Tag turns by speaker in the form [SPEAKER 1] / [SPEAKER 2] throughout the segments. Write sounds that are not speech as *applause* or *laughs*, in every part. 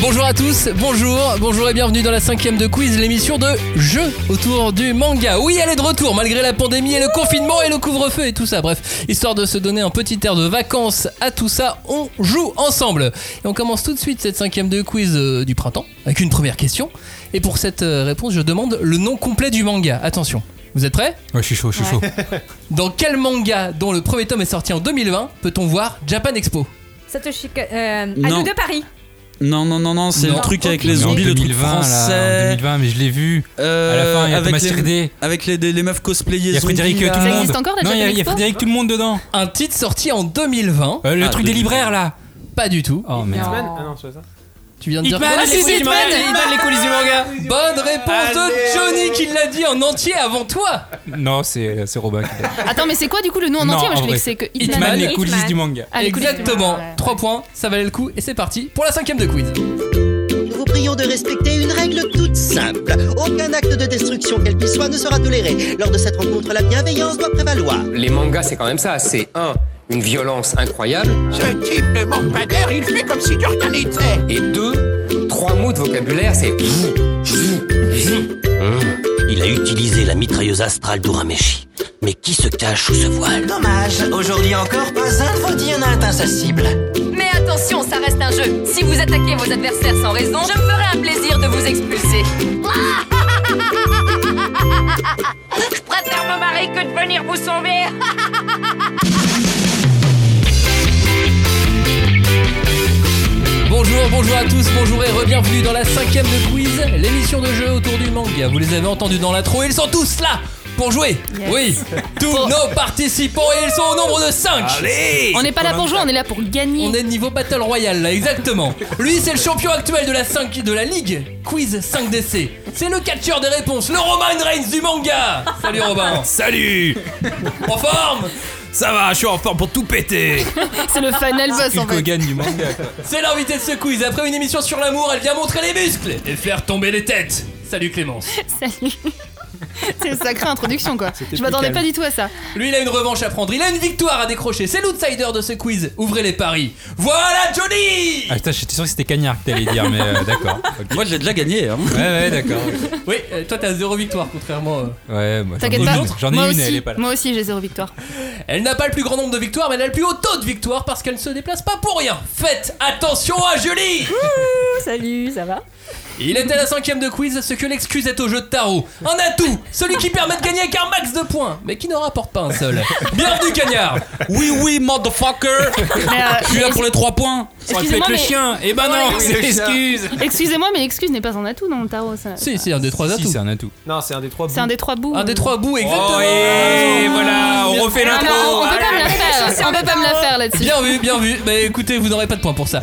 [SPEAKER 1] Bonjour à tous, bonjour, bonjour et bienvenue dans la cinquième de quiz, l'émission de jeux autour du manga. Oui, elle est de retour malgré la pandémie et le confinement et le couvre-feu et tout ça. Bref, histoire de se donner un petit air de vacances à tout ça, on joue ensemble. Et on commence tout de suite cette cinquième de quiz euh, du printemps avec une première question. Et pour cette euh, réponse, je demande le nom complet du manga. Attention, vous êtes prêts
[SPEAKER 2] Ouais, je suis chaud, je suis
[SPEAKER 3] Ouais.
[SPEAKER 2] chaud.
[SPEAKER 1] Dans quel manga dont le premier tome est sorti en 2020 peut-on voir Japan Expo
[SPEAKER 3] Satoshi. Ka- Euh, à
[SPEAKER 4] Non.
[SPEAKER 3] nous de Paris.
[SPEAKER 4] Non, non, non, non, c'est
[SPEAKER 1] Non.
[SPEAKER 4] le truc avec
[SPEAKER 3] Ok.
[SPEAKER 4] les
[SPEAKER 2] Mais en
[SPEAKER 4] zombies, le truc
[SPEAKER 2] 2020, là, en
[SPEAKER 4] français.
[SPEAKER 2] 2020, mais je l'ai vu. À la
[SPEAKER 4] euh,
[SPEAKER 2] fin, il y a Thomas
[SPEAKER 4] avec, les,
[SPEAKER 2] Sirdé.
[SPEAKER 4] avec les, les- les meufs cosplayées.
[SPEAKER 2] Il y a Frédéric
[SPEAKER 4] zombies,
[SPEAKER 2] euh,
[SPEAKER 4] là.
[SPEAKER 2] Tout le
[SPEAKER 5] Ça
[SPEAKER 2] Monde.
[SPEAKER 5] existe encore, la
[SPEAKER 2] Non, il y a-
[SPEAKER 5] Japan
[SPEAKER 2] il y a
[SPEAKER 5] Expo
[SPEAKER 2] Frédéric Tout le Monde dedans.
[SPEAKER 1] Un titre sorti en 2020
[SPEAKER 2] Euh, Le
[SPEAKER 4] Ah,
[SPEAKER 2] truc des
[SPEAKER 4] 2020.
[SPEAKER 2] libraires, là.
[SPEAKER 1] Pas du tout.
[SPEAKER 2] Oh merde.
[SPEAKER 3] Non.
[SPEAKER 4] euh,
[SPEAKER 6] Ah non, c'est ça.
[SPEAKER 1] Tu viens de dire
[SPEAKER 2] Hitman,
[SPEAKER 1] quoi
[SPEAKER 2] les coulisses du manga, Hitman, les coulisses du manga.
[SPEAKER 1] Bonne réponse de
[SPEAKER 6] Allez.
[SPEAKER 1] Johnny qui l'a dit en entier avant toi.
[SPEAKER 2] Non, c'est euh, c'est Robin qui l'a dit.
[SPEAKER 5] Attends, mais c'est quoi du coup le nom en
[SPEAKER 2] Non,
[SPEAKER 5] entier Moi,
[SPEAKER 2] en
[SPEAKER 5] je voulais
[SPEAKER 2] vrai.
[SPEAKER 5] que c'est que
[SPEAKER 2] Hitman, les
[SPEAKER 3] Hitman.
[SPEAKER 2] coulisses du manga.
[SPEAKER 5] *laughs* Ah, les coulisses du
[SPEAKER 1] Exactement.
[SPEAKER 5] manga, ouais.
[SPEAKER 1] 3 points, ça valait le coup et c'est parti pour la cinquième de quiz.
[SPEAKER 7] Nous vous prions de respecter une règle toute simple. Aucun acte de destruction, quel qu'il soit, ne sera toléré. Lors de cette rencontre, la bienveillance doit prévaloir.
[SPEAKER 8] Les mangas, c'est quand même ça. C'est un, une violence incroyable. Ce type ne manque pas d'air, il fait comme si de rien n'était. Et deux, trois mots de vocabulaire, c'est.
[SPEAKER 9] Il a utilisé la mitrailleuse astrale d'Urameshi. Mais qui se cache sous ce voile
[SPEAKER 7] Dommage, aujourd'hui encore, pas un faudi en a atteint sa cible.
[SPEAKER 10] Mais attention, ça reste un jeu. Si vous attaquez vos adversaires sans raison, je me ferai un plaisir de vous expulser. *laughs* je préfère me marier que de venir vous sauver.
[SPEAKER 1] Bonjour, bonjour à tous, bonjour et re-bienvenue dans la cinquième de quiz, l'émission de jeu autour du manga. Vous les avez entendus dans l'intro, ils sont tous là pour jouer. Oui,
[SPEAKER 5] *laughs*
[SPEAKER 1] tous nos participants et ils sont au nombre de 5.
[SPEAKER 5] On n'est pas là pour jouer, on est là pour gagner.
[SPEAKER 1] On est niveau Battle Royale là, exactement. Lui, c'est le champion actuel de la 5 de la ligue Quiz 5DC. C'est le catcheur des réponses, le Roman Reigns du manga. Salut Robin.
[SPEAKER 2] Salut
[SPEAKER 1] En forme
[SPEAKER 2] Ça va, je suis en forme pour tout péter.
[SPEAKER 5] C'est le final boss en
[SPEAKER 2] Hulk
[SPEAKER 5] fait.
[SPEAKER 2] Hogan du manga.
[SPEAKER 4] *laughs*
[SPEAKER 2] quoi.
[SPEAKER 1] C'est l'invité de ce quiz. Après une émission sur l'amour, elle vient montrer les muscles et faire tomber les têtes. Salut Clémence.
[SPEAKER 5] Salut. *laughs* C'est une sacrée introduction quoi. Je m'attendais pas du tout à ça.
[SPEAKER 1] Lui, il a une revanche à prendre. Il a une victoire à décrocher. C'est l'outsider de ce quiz. Ouvrez les paris. Voilà Johnny
[SPEAKER 2] Ah putain, j'étais sûr que c'était Cagnard que t'allais dire, mais euh, d'accord. Ok.
[SPEAKER 4] *laughs* Moi, je l'ai déjà gagné. hein.
[SPEAKER 2] Ouais, ouais, d'accord.
[SPEAKER 1] Oui, euh, toi, t'as zéro victoire, contrairement. euh.
[SPEAKER 2] Ouais, moi, j'en ai
[SPEAKER 5] T'inquiète
[SPEAKER 2] une,
[SPEAKER 5] pas.
[SPEAKER 2] J'en ai
[SPEAKER 5] moi,
[SPEAKER 2] une,
[SPEAKER 5] aussi,
[SPEAKER 2] elle est pas
[SPEAKER 5] *laughs*
[SPEAKER 2] là.
[SPEAKER 5] moi aussi, j'ai zéro victoire.
[SPEAKER 1] Elle n'a pas le plus grand nombre de victoires, mais elle a le plus haut taux de victoires parce qu'elle ne se déplace pas pour rien. Faites attention à Julie
[SPEAKER 3] Salut, ça va
[SPEAKER 1] Il était la cinquième de quiz, ce que l'excuse est au jeu de tarot. Un atout Celui qui permet de gagner avec un max de points, mais qui n'en rapporte pas un seul. Bienvenue, Cagnard
[SPEAKER 4] Oui, oui, motherfucker
[SPEAKER 5] Mais, euh,
[SPEAKER 4] Je suis là pour les 3 points.
[SPEAKER 2] On
[SPEAKER 5] Excusez-moi,
[SPEAKER 2] le
[SPEAKER 5] mais-
[SPEAKER 2] chien Eh ben non,
[SPEAKER 5] Oui,
[SPEAKER 2] c'est
[SPEAKER 6] le chien.
[SPEAKER 2] l'excuse
[SPEAKER 5] Excusez-moi, mais l'excuse n'est pas un atout dans le tarot. ça-
[SPEAKER 1] Si, c'est un des trois
[SPEAKER 2] Si,
[SPEAKER 1] atouts.
[SPEAKER 2] c'est un atout.
[SPEAKER 6] Non, c'est un des trois.
[SPEAKER 5] C'est un des trois bouts. euh.
[SPEAKER 1] Un des trois bouts, exactement
[SPEAKER 2] Oh, et voilà, on refait
[SPEAKER 5] Ah, mais on,
[SPEAKER 2] l'intro.
[SPEAKER 5] on peut pas me la
[SPEAKER 2] *laughs*
[SPEAKER 5] faire. On peut pas me la faire là-dessus.
[SPEAKER 1] Bien vu, bien vu. Mais écoutez, vous n'aurez pas de points pour
[SPEAKER 4] *laughs*
[SPEAKER 1] ça.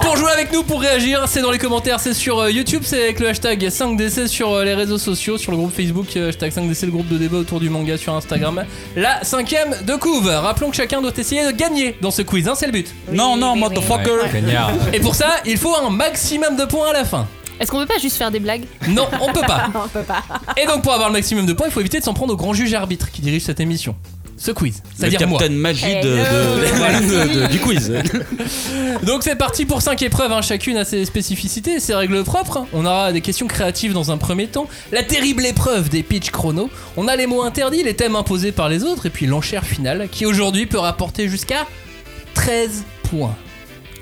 [SPEAKER 1] pour jouer avec nous, pour réagir, c'est dans les commentaires, c'est sur euh, YouTube, c'est avec le hashtag 5DC sur euh, les réseaux sociaux, sur le groupe Facebook, euh, hashtag 5DC, le groupe de débat autour du manga sur Instagram. La cinquième de couve. Rappelons que chacun doit essayer de gagner dans ce quiz, hein, c'est le but.
[SPEAKER 4] Non,
[SPEAKER 3] oui,
[SPEAKER 4] non,
[SPEAKER 3] oui.
[SPEAKER 4] motherfucker
[SPEAKER 2] Ouais, Cagnard.
[SPEAKER 1] Et pour ça, il faut un maximum de points à la fin.
[SPEAKER 5] Est-ce qu'on peut pas juste faire des blagues
[SPEAKER 1] Non, on peut pas.
[SPEAKER 3] *laughs* Non, on peut pas.
[SPEAKER 1] Et donc pour avoir le maximum de points, il faut éviter de s'en prendre au grand juge arbitre qui dirige cette émission. Ce quiz,
[SPEAKER 4] Le
[SPEAKER 1] c'est-à-dire moi.
[SPEAKER 4] capitaine magie
[SPEAKER 2] *laughs*
[SPEAKER 4] de,
[SPEAKER 3] Hello.
[SPEAKER 4] de- de- de- du quiz.
[SPEAKER 1] Donc c'est parti pour 5 épreuves, hein. chacune a ses spécificités et ses règles propres. On aura des questions créatives dans un premier temps, la terrible épreuve des pitch chrono, on a les mots interdits, les thèmes imposés par les autres, et puis l'enchère finale qui aujourd'hui peut rapporter jusqu'à 13 points.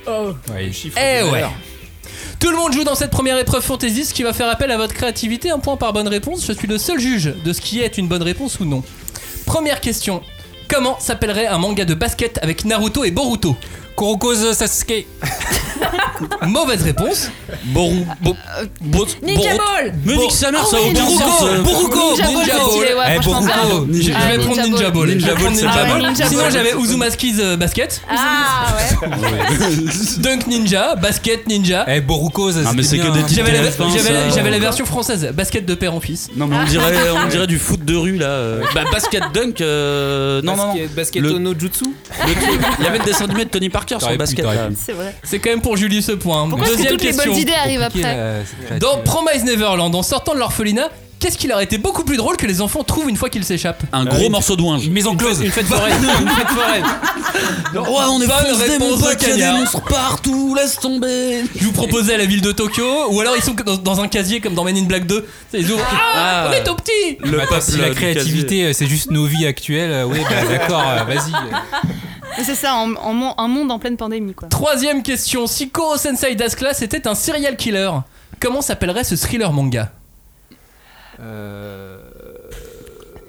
[SPEAKER 2] Ouais,
[SPEAKER 1] Eh ouais Tout le monde joue dans cette première épreuve fantaisiste qui va faire appel à votre créativité, un point par bonne réponse. Je suis le seul juge de ce qui est une bonne réponse ou non. Première question. Comment s'appellerait un manga de basket avec Naruto et Boruto
[SPEAKER 2] Kuroko's Sasuke.
[SPEAKER 1] *laughs* Mauvaise réponse.
[SPEAKER 4] Borou. Bo,
[SPEAKER 5] Euh,
[SPEAKER 4] bo,
[SPEAKER 3] Ninja
[SPEAKER 4] Borou-
[SPEAKER 3] Ball
[SPEAKER 4] Me nique sa mère, ça a
[SPEAKER 5] oui,
[SPEAKER 4] aucun
[SPEAKER 5] Ninja
[SPEAKER 4] sens.
[SPEAKER 2] Ball.
[SPEAKER 4] euh.
[SPEAKER 1] Boruko,
[SPEAKER 5] Oh, Ninja Ball,
[SPEAKER 1] Ninja Ball.
[SPEAKER 5] stylé, ouais,
[SPEAKER 2] Eh,
[SPEAKER 5] franchement,
[SPEAKER 2] Boruto.
[SPEAKER 5] bravo.
[SPEAKER 4] Ninja-
[SPEAKER 1] Je vais
[SPEAKER 5] Ah,
[SPEAKER 1] prendre
[SPEAKER 5] Ninja
[SPEAKER 1] Ninja Ball.
[SPEAKER 5] Ball.
[SPEAKER 1] Je vais prendre
[SPEAKER 4] Ball, c'est
[SPEAKER 1] Ninja
[SPEAKER 5] pas
[SPEAKER 1] Ball.
[SPEAKER 5] mal. Ninja
[SPEAKER 1] Sinon,
[SPEAKER 5] Ball.
[SPEAKER 1] j'avais Uzumaki's euh, basket,
[SPEAKER 3] Ah ouais.
[SPEAKER 1] Dunk Ninja, basket Ninja.
[SPEAKER 2] *laughs* Eh, Boruko's.
[SPEAKER 4] Ah, mais c'est
[SPEAKER 2] bien,
[SPEAKER 4] que des
[SPEAKER 2] hein.
[SPEAKER 4] titres.
[SPEAKER 1] J'avais la,
[SPEAKER 4] C'était la fin,
[SPEAKER 1] j'avais la-
[SPEAKER 4] ça.
[SPEAKER 1] j'avais la version française, basket de père en fils.
[SPEAKER 4] Non, mais on dirait, on dirait du foot de rue là. euh. Bah, basket dunk. euh, Non, non, non.
[SPEAKER 6] Basket, basket
[SPEAKER 4] Le-
[SPEAKER 6] Ono Jutsu
[SPEAKER 4] Le truc- Il y avait le dessin animé de Tony Parker sur
[SPEAKER 2] T'aurais
[SPEAKER 4] le
[SPEAKER 2] pu,
[SPEAKER 4] basket.
[SPEAKER 2] t'aurais
[SPEAKER 4] là.
[SPEAKER 2] pu.
[SPEAKER 5] C'est vrai.
[SPEAKER 1] C'est quand même pour Julie ce point. hein.
[SPEAKER 5] Pourquoi est-ce que
[SPEAKER 1] Deuxième
[SPEAKER 5] toutes les
[SPEAKER 1] question.
[SPEAKER 5] bonnes idées arrivent
[SPEAKER 2] Compliqué,
[SPEAKER 5] après
[SPEAKER 2] là, cette créativité.
[SPEAKER 1] Dans Promise Neverland, en sortant de l'orphelinat, qu'est-ce qu'il aurait été beaucoup plus drôle que les enfants trouvent une fois qu'ils s'échappent Bah,
[SPEAKER 4] Un gros morceau de ouinge.
[SPEAKER 2] Une maison close.
[SPEAKER 1] Une fête foraine. une fête foraine.
[SPEAKER 4] Ouais, on est
[SPEAKER 1] Bonne
[SPEAKER 4] foncé, mon
[SPEAKER 1] réponse de
[SPEAKER 4] pote, il y a
[SPEAKER 1] Cagnard.
[SPEAKER 4] des monstres partout, laisse tomber.
[SPEAKER 1] Je vous proposais la ville de Tokyo, ou alors ils sont dans, dans un casier comme dans Men in Black 2. C'est les autres. Ah,
[SPEAKER 4] Ah.
[SPEAKER 1] on est tout petit
[SPEAKER 4] Le
[SPEAKER 2] Attends, si la
[SPEAKER 4] du
[SPEAKER 2] créativité, euh, c'est juste nos vies actuelles, euh, oui, bah, d'accord, euh, *laughs* vas-y.
[SPEAKER 5] Mais c'est ça, en- en mon- un monde en pleine pandémie, quoi.
[SPEAKER 1] Troisième question. Si Koro Sensei Das Class était un serial killer, comment s'appellerait ce thriller manga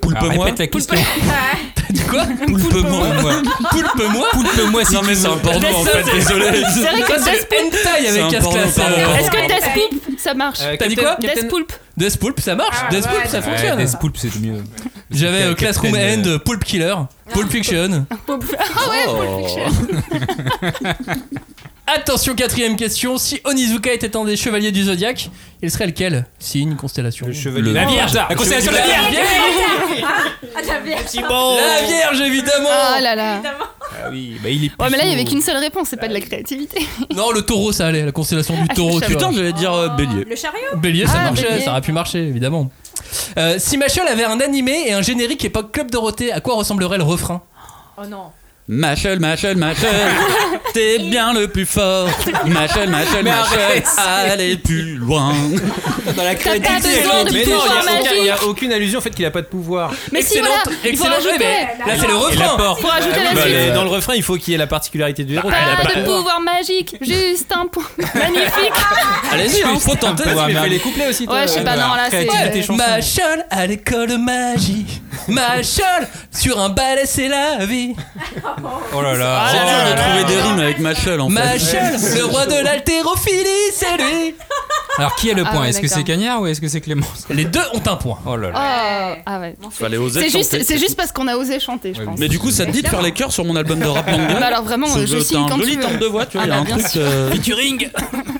[SPEAKER 4] Poulpe
[SPEAKER 2] Alors,
[SPEAKER 4] moi.
[SPEAKER 2] répète la
[SPEAKER 3] *laughs*
[SPEAKER 2] question.
[SPEAKER 1] Du quoi
[SPEAKER 2] Poulpe moi.
[SPEAKER 1] Poulpe moi
[SPEAKER 2] Poulpe moi si
[SPEAKER 4] Non, mais
[SPEAKER 2] tu
[SPEAKER 4] c'est
[SPEAKER 2] veux.
[SPEAKER 4] un porno en
[SPEAKER 2] Bah,
[SPEAKER 1] Ça,
[SPEAKER 4] fait,
[SPEAKER 1] c'est-
[SPEAKER 4] désolé.
[SPEAKER 5] C'est vrai
[SPEAKER 1] Ça,
[SPEAKER 5] que
[SPEAKER 1] c'est
[SPEAKER 5] Death
[SPEAKER 1] le
[SPEAKER 5] Poulpe,
[SPEAKER 1] hentai avec
[SPEAKER 4] C'est un
[SPEAKER 1] Das
[SPEAKER 4] porno,
[SPEAKER 1] Class.
[SPEAKER 4] pardon.
[SPEAKER 5] est-ce que Death
[SPEAKER 3] Hentai.
[SPEAKER 5] Poulpe, ça marche
[SPEAKER 1] T'as dit quoi
[SPEAKER 5] Death Poulpe
[SPEAKER 1] Death Pulp, ça marche
[SPEAKER 10] Ah,
[SPEAKER 1] Death Pulp,
[SPEAKER 10] ouais,
[SPEAKER 1] ça
[SPEAKER 2] Ouais,
[SPEAKER 1] fonctionne
[SPEAKER 2] Death Poulpe, c'est mieux.
[SPEAKER 1] J'avais euh, Classroom
[SPEAKER 2] Captain,
[SPEAKER 1] End,
[SPEAKER 2] euh,
[SPEAKER 1] Pulp Killer,
[SPEAKER 5] Ah,
[SPEAKER 1] Pulp Fiction. *laughs* Attention, quatrième question. Si Onizuka était un des chevaliers du zodiaque, il serait lequel Signe, constellation.
[SPEAKER 4] Le-
[SPEAKER 2] La Vierge, la constellation de la Vierge.
[SPEAKER 10] Ah, la vierge
[SPEAKER 1] La Vierge, évidemment
[SPEAKER 5] Ah là là
[SPEAKER 2] Ah oui, bah il est.
[SPEAKER 5] Ouais, mais là, il y avait
[SPEAKER 2] plutôt-
[SPEAKER 5] qu'une seule réponse, c'est pas de la créativité.
[SPEAKER 1] Non, le taureau, ça allait, la constellation du
[SPEAKER 5] Ah,
[SPEAKER 1] taureau. tu
[SPEAKER 4] Putain,
[SPEAKER 1] vois.
[SPEAKER 4] j'allais dire euh, bélier.
[SPEAKER 10] Le chariot
[SPEAKER 1] Bélier, ça
[SPEAKER 5] Ah,
[SPEAKER 1] marchait,
[SPEAKER 5] bélier.
[SPEAKER 1] ça aurait pu marcher, évidemment. Euh, si Machel avait un animé et un générique époque Club Dorothée, à quoi ressemblerait le refrain
[SPEAKER 10] Oh non.
[SPEAKER 4] Machel, Machel,
[SPEAKER 5] *laughs*
[SPEAKER 4] Machel, t'es bien le plus fort. Machel, Machel, Machel, allez plus loin.
[SPEAKER 2] dans la
[SPEAKER 5] T'as pas besoin de
[SPEAKER 1] mais
[SPEAKER 5] pouvoir
[SPEAKER 1] les gens,
[SPEAKER 5] magique
[SPEAKER 8] Il n'y a aucune allusion au fait qu'il a pas de pouvoir.
[SPEAKER 5] Mais si,
[SPEAKER 1] Excellente-
[SPEAKER 5] voilà, il faut
[SPEAKER 1] excellent jeu,
[SPEAKER 3] Eh,
[SPEAKER 5] rajouter
[SPEAKER 1] mais là c'est le refrain.
[SPEAKER 5] Faut rajouter la
[SPEAKER 8] Bah,
[SPEAKER 5] suite
[SPEAKER 2] euh,
[SPEAKER 8] les- dans le refrain, il faut qu'il y ait la particularité du héros.
[SPEAKER 5] Pas de pouvoir magique, juste un point magnifique.
[SPEAKER 4] Allez-y, hein, faut tenter.
[SPEAKER 2] Ah,
[SPEAKER 8] mais il
[SPEAKER 2] merde.
[SPEAKER 8] fais les couplets aussi. toi.
[SPEAKER 5] Ouais, je sais pas,
[SPEAKER 2] bah,
[SPEAKER 5] non, là, c'est.
[SPEAKER 2] créativité, chanson.
[SPEAKER 1] Machol à l'école de magie. Machol sur un balai c'est la vie.
[SPEAKER 2] Oh là là.
[SPEAKER 4] C'est dur de trouver des rimes avec Machel en fait.
[SPEAKER 1] Machol, le roi de l'haltérophilie, c'est lui.
[SPEAKER 2] Alors qui est le
[SPEAKER 5] Ah,
[SPEAKER 2] point
[SPEAKER 5] ouais,
[SPEAKER 2] Est-ce que
[SPEAKER 5] d'accord.
[SPEAKER 2] c'est Cagnard ou est-ce que c'est Clémence
[SPEAKER 1] Les deux ont un point.
[SPEAKER 2] Oh là
[SPEAKER 5] Oh,
[SPEAKER 2] là.
[SPEAKER 5] ah ouais.
[SPEAKER 4] Fallait oser
[SPEAKER 5] C'est
[SPEAKER 4] chanter.
[SPEAKER 5] juste, c'est juste parce qu'on a osé chanter, je
[SPEAKER 2] Ouais,
[SPEAKER 5] pense.
[SPEAKER 4] Mais du coup, ça te dit de faire les chœurs sur mon album de rap manga
[SPEAKER 5] Bah alors vraiment,
[SPEAKER 4] C'est-
[SPEAKER 5] euh, je
[SPEAKER 4] t'as
[SPEAKER 5] signe
[SPEAKER 4] un
[SPEAKER 5] quand
[SPEAKER 4] joli
[SPEAKER 5] tu veux.
[SPEAKER 4] timbre de voix, tu vois, il
[SPEAKER 5] Ah
[SPEAKER 4] y a
[SPEAKER 5] bah,
[SPEAKER 4] un
[SPEAKER 5] bien
[SPEAKER 4] truc. euh,
[SPEAKER 1] Turing.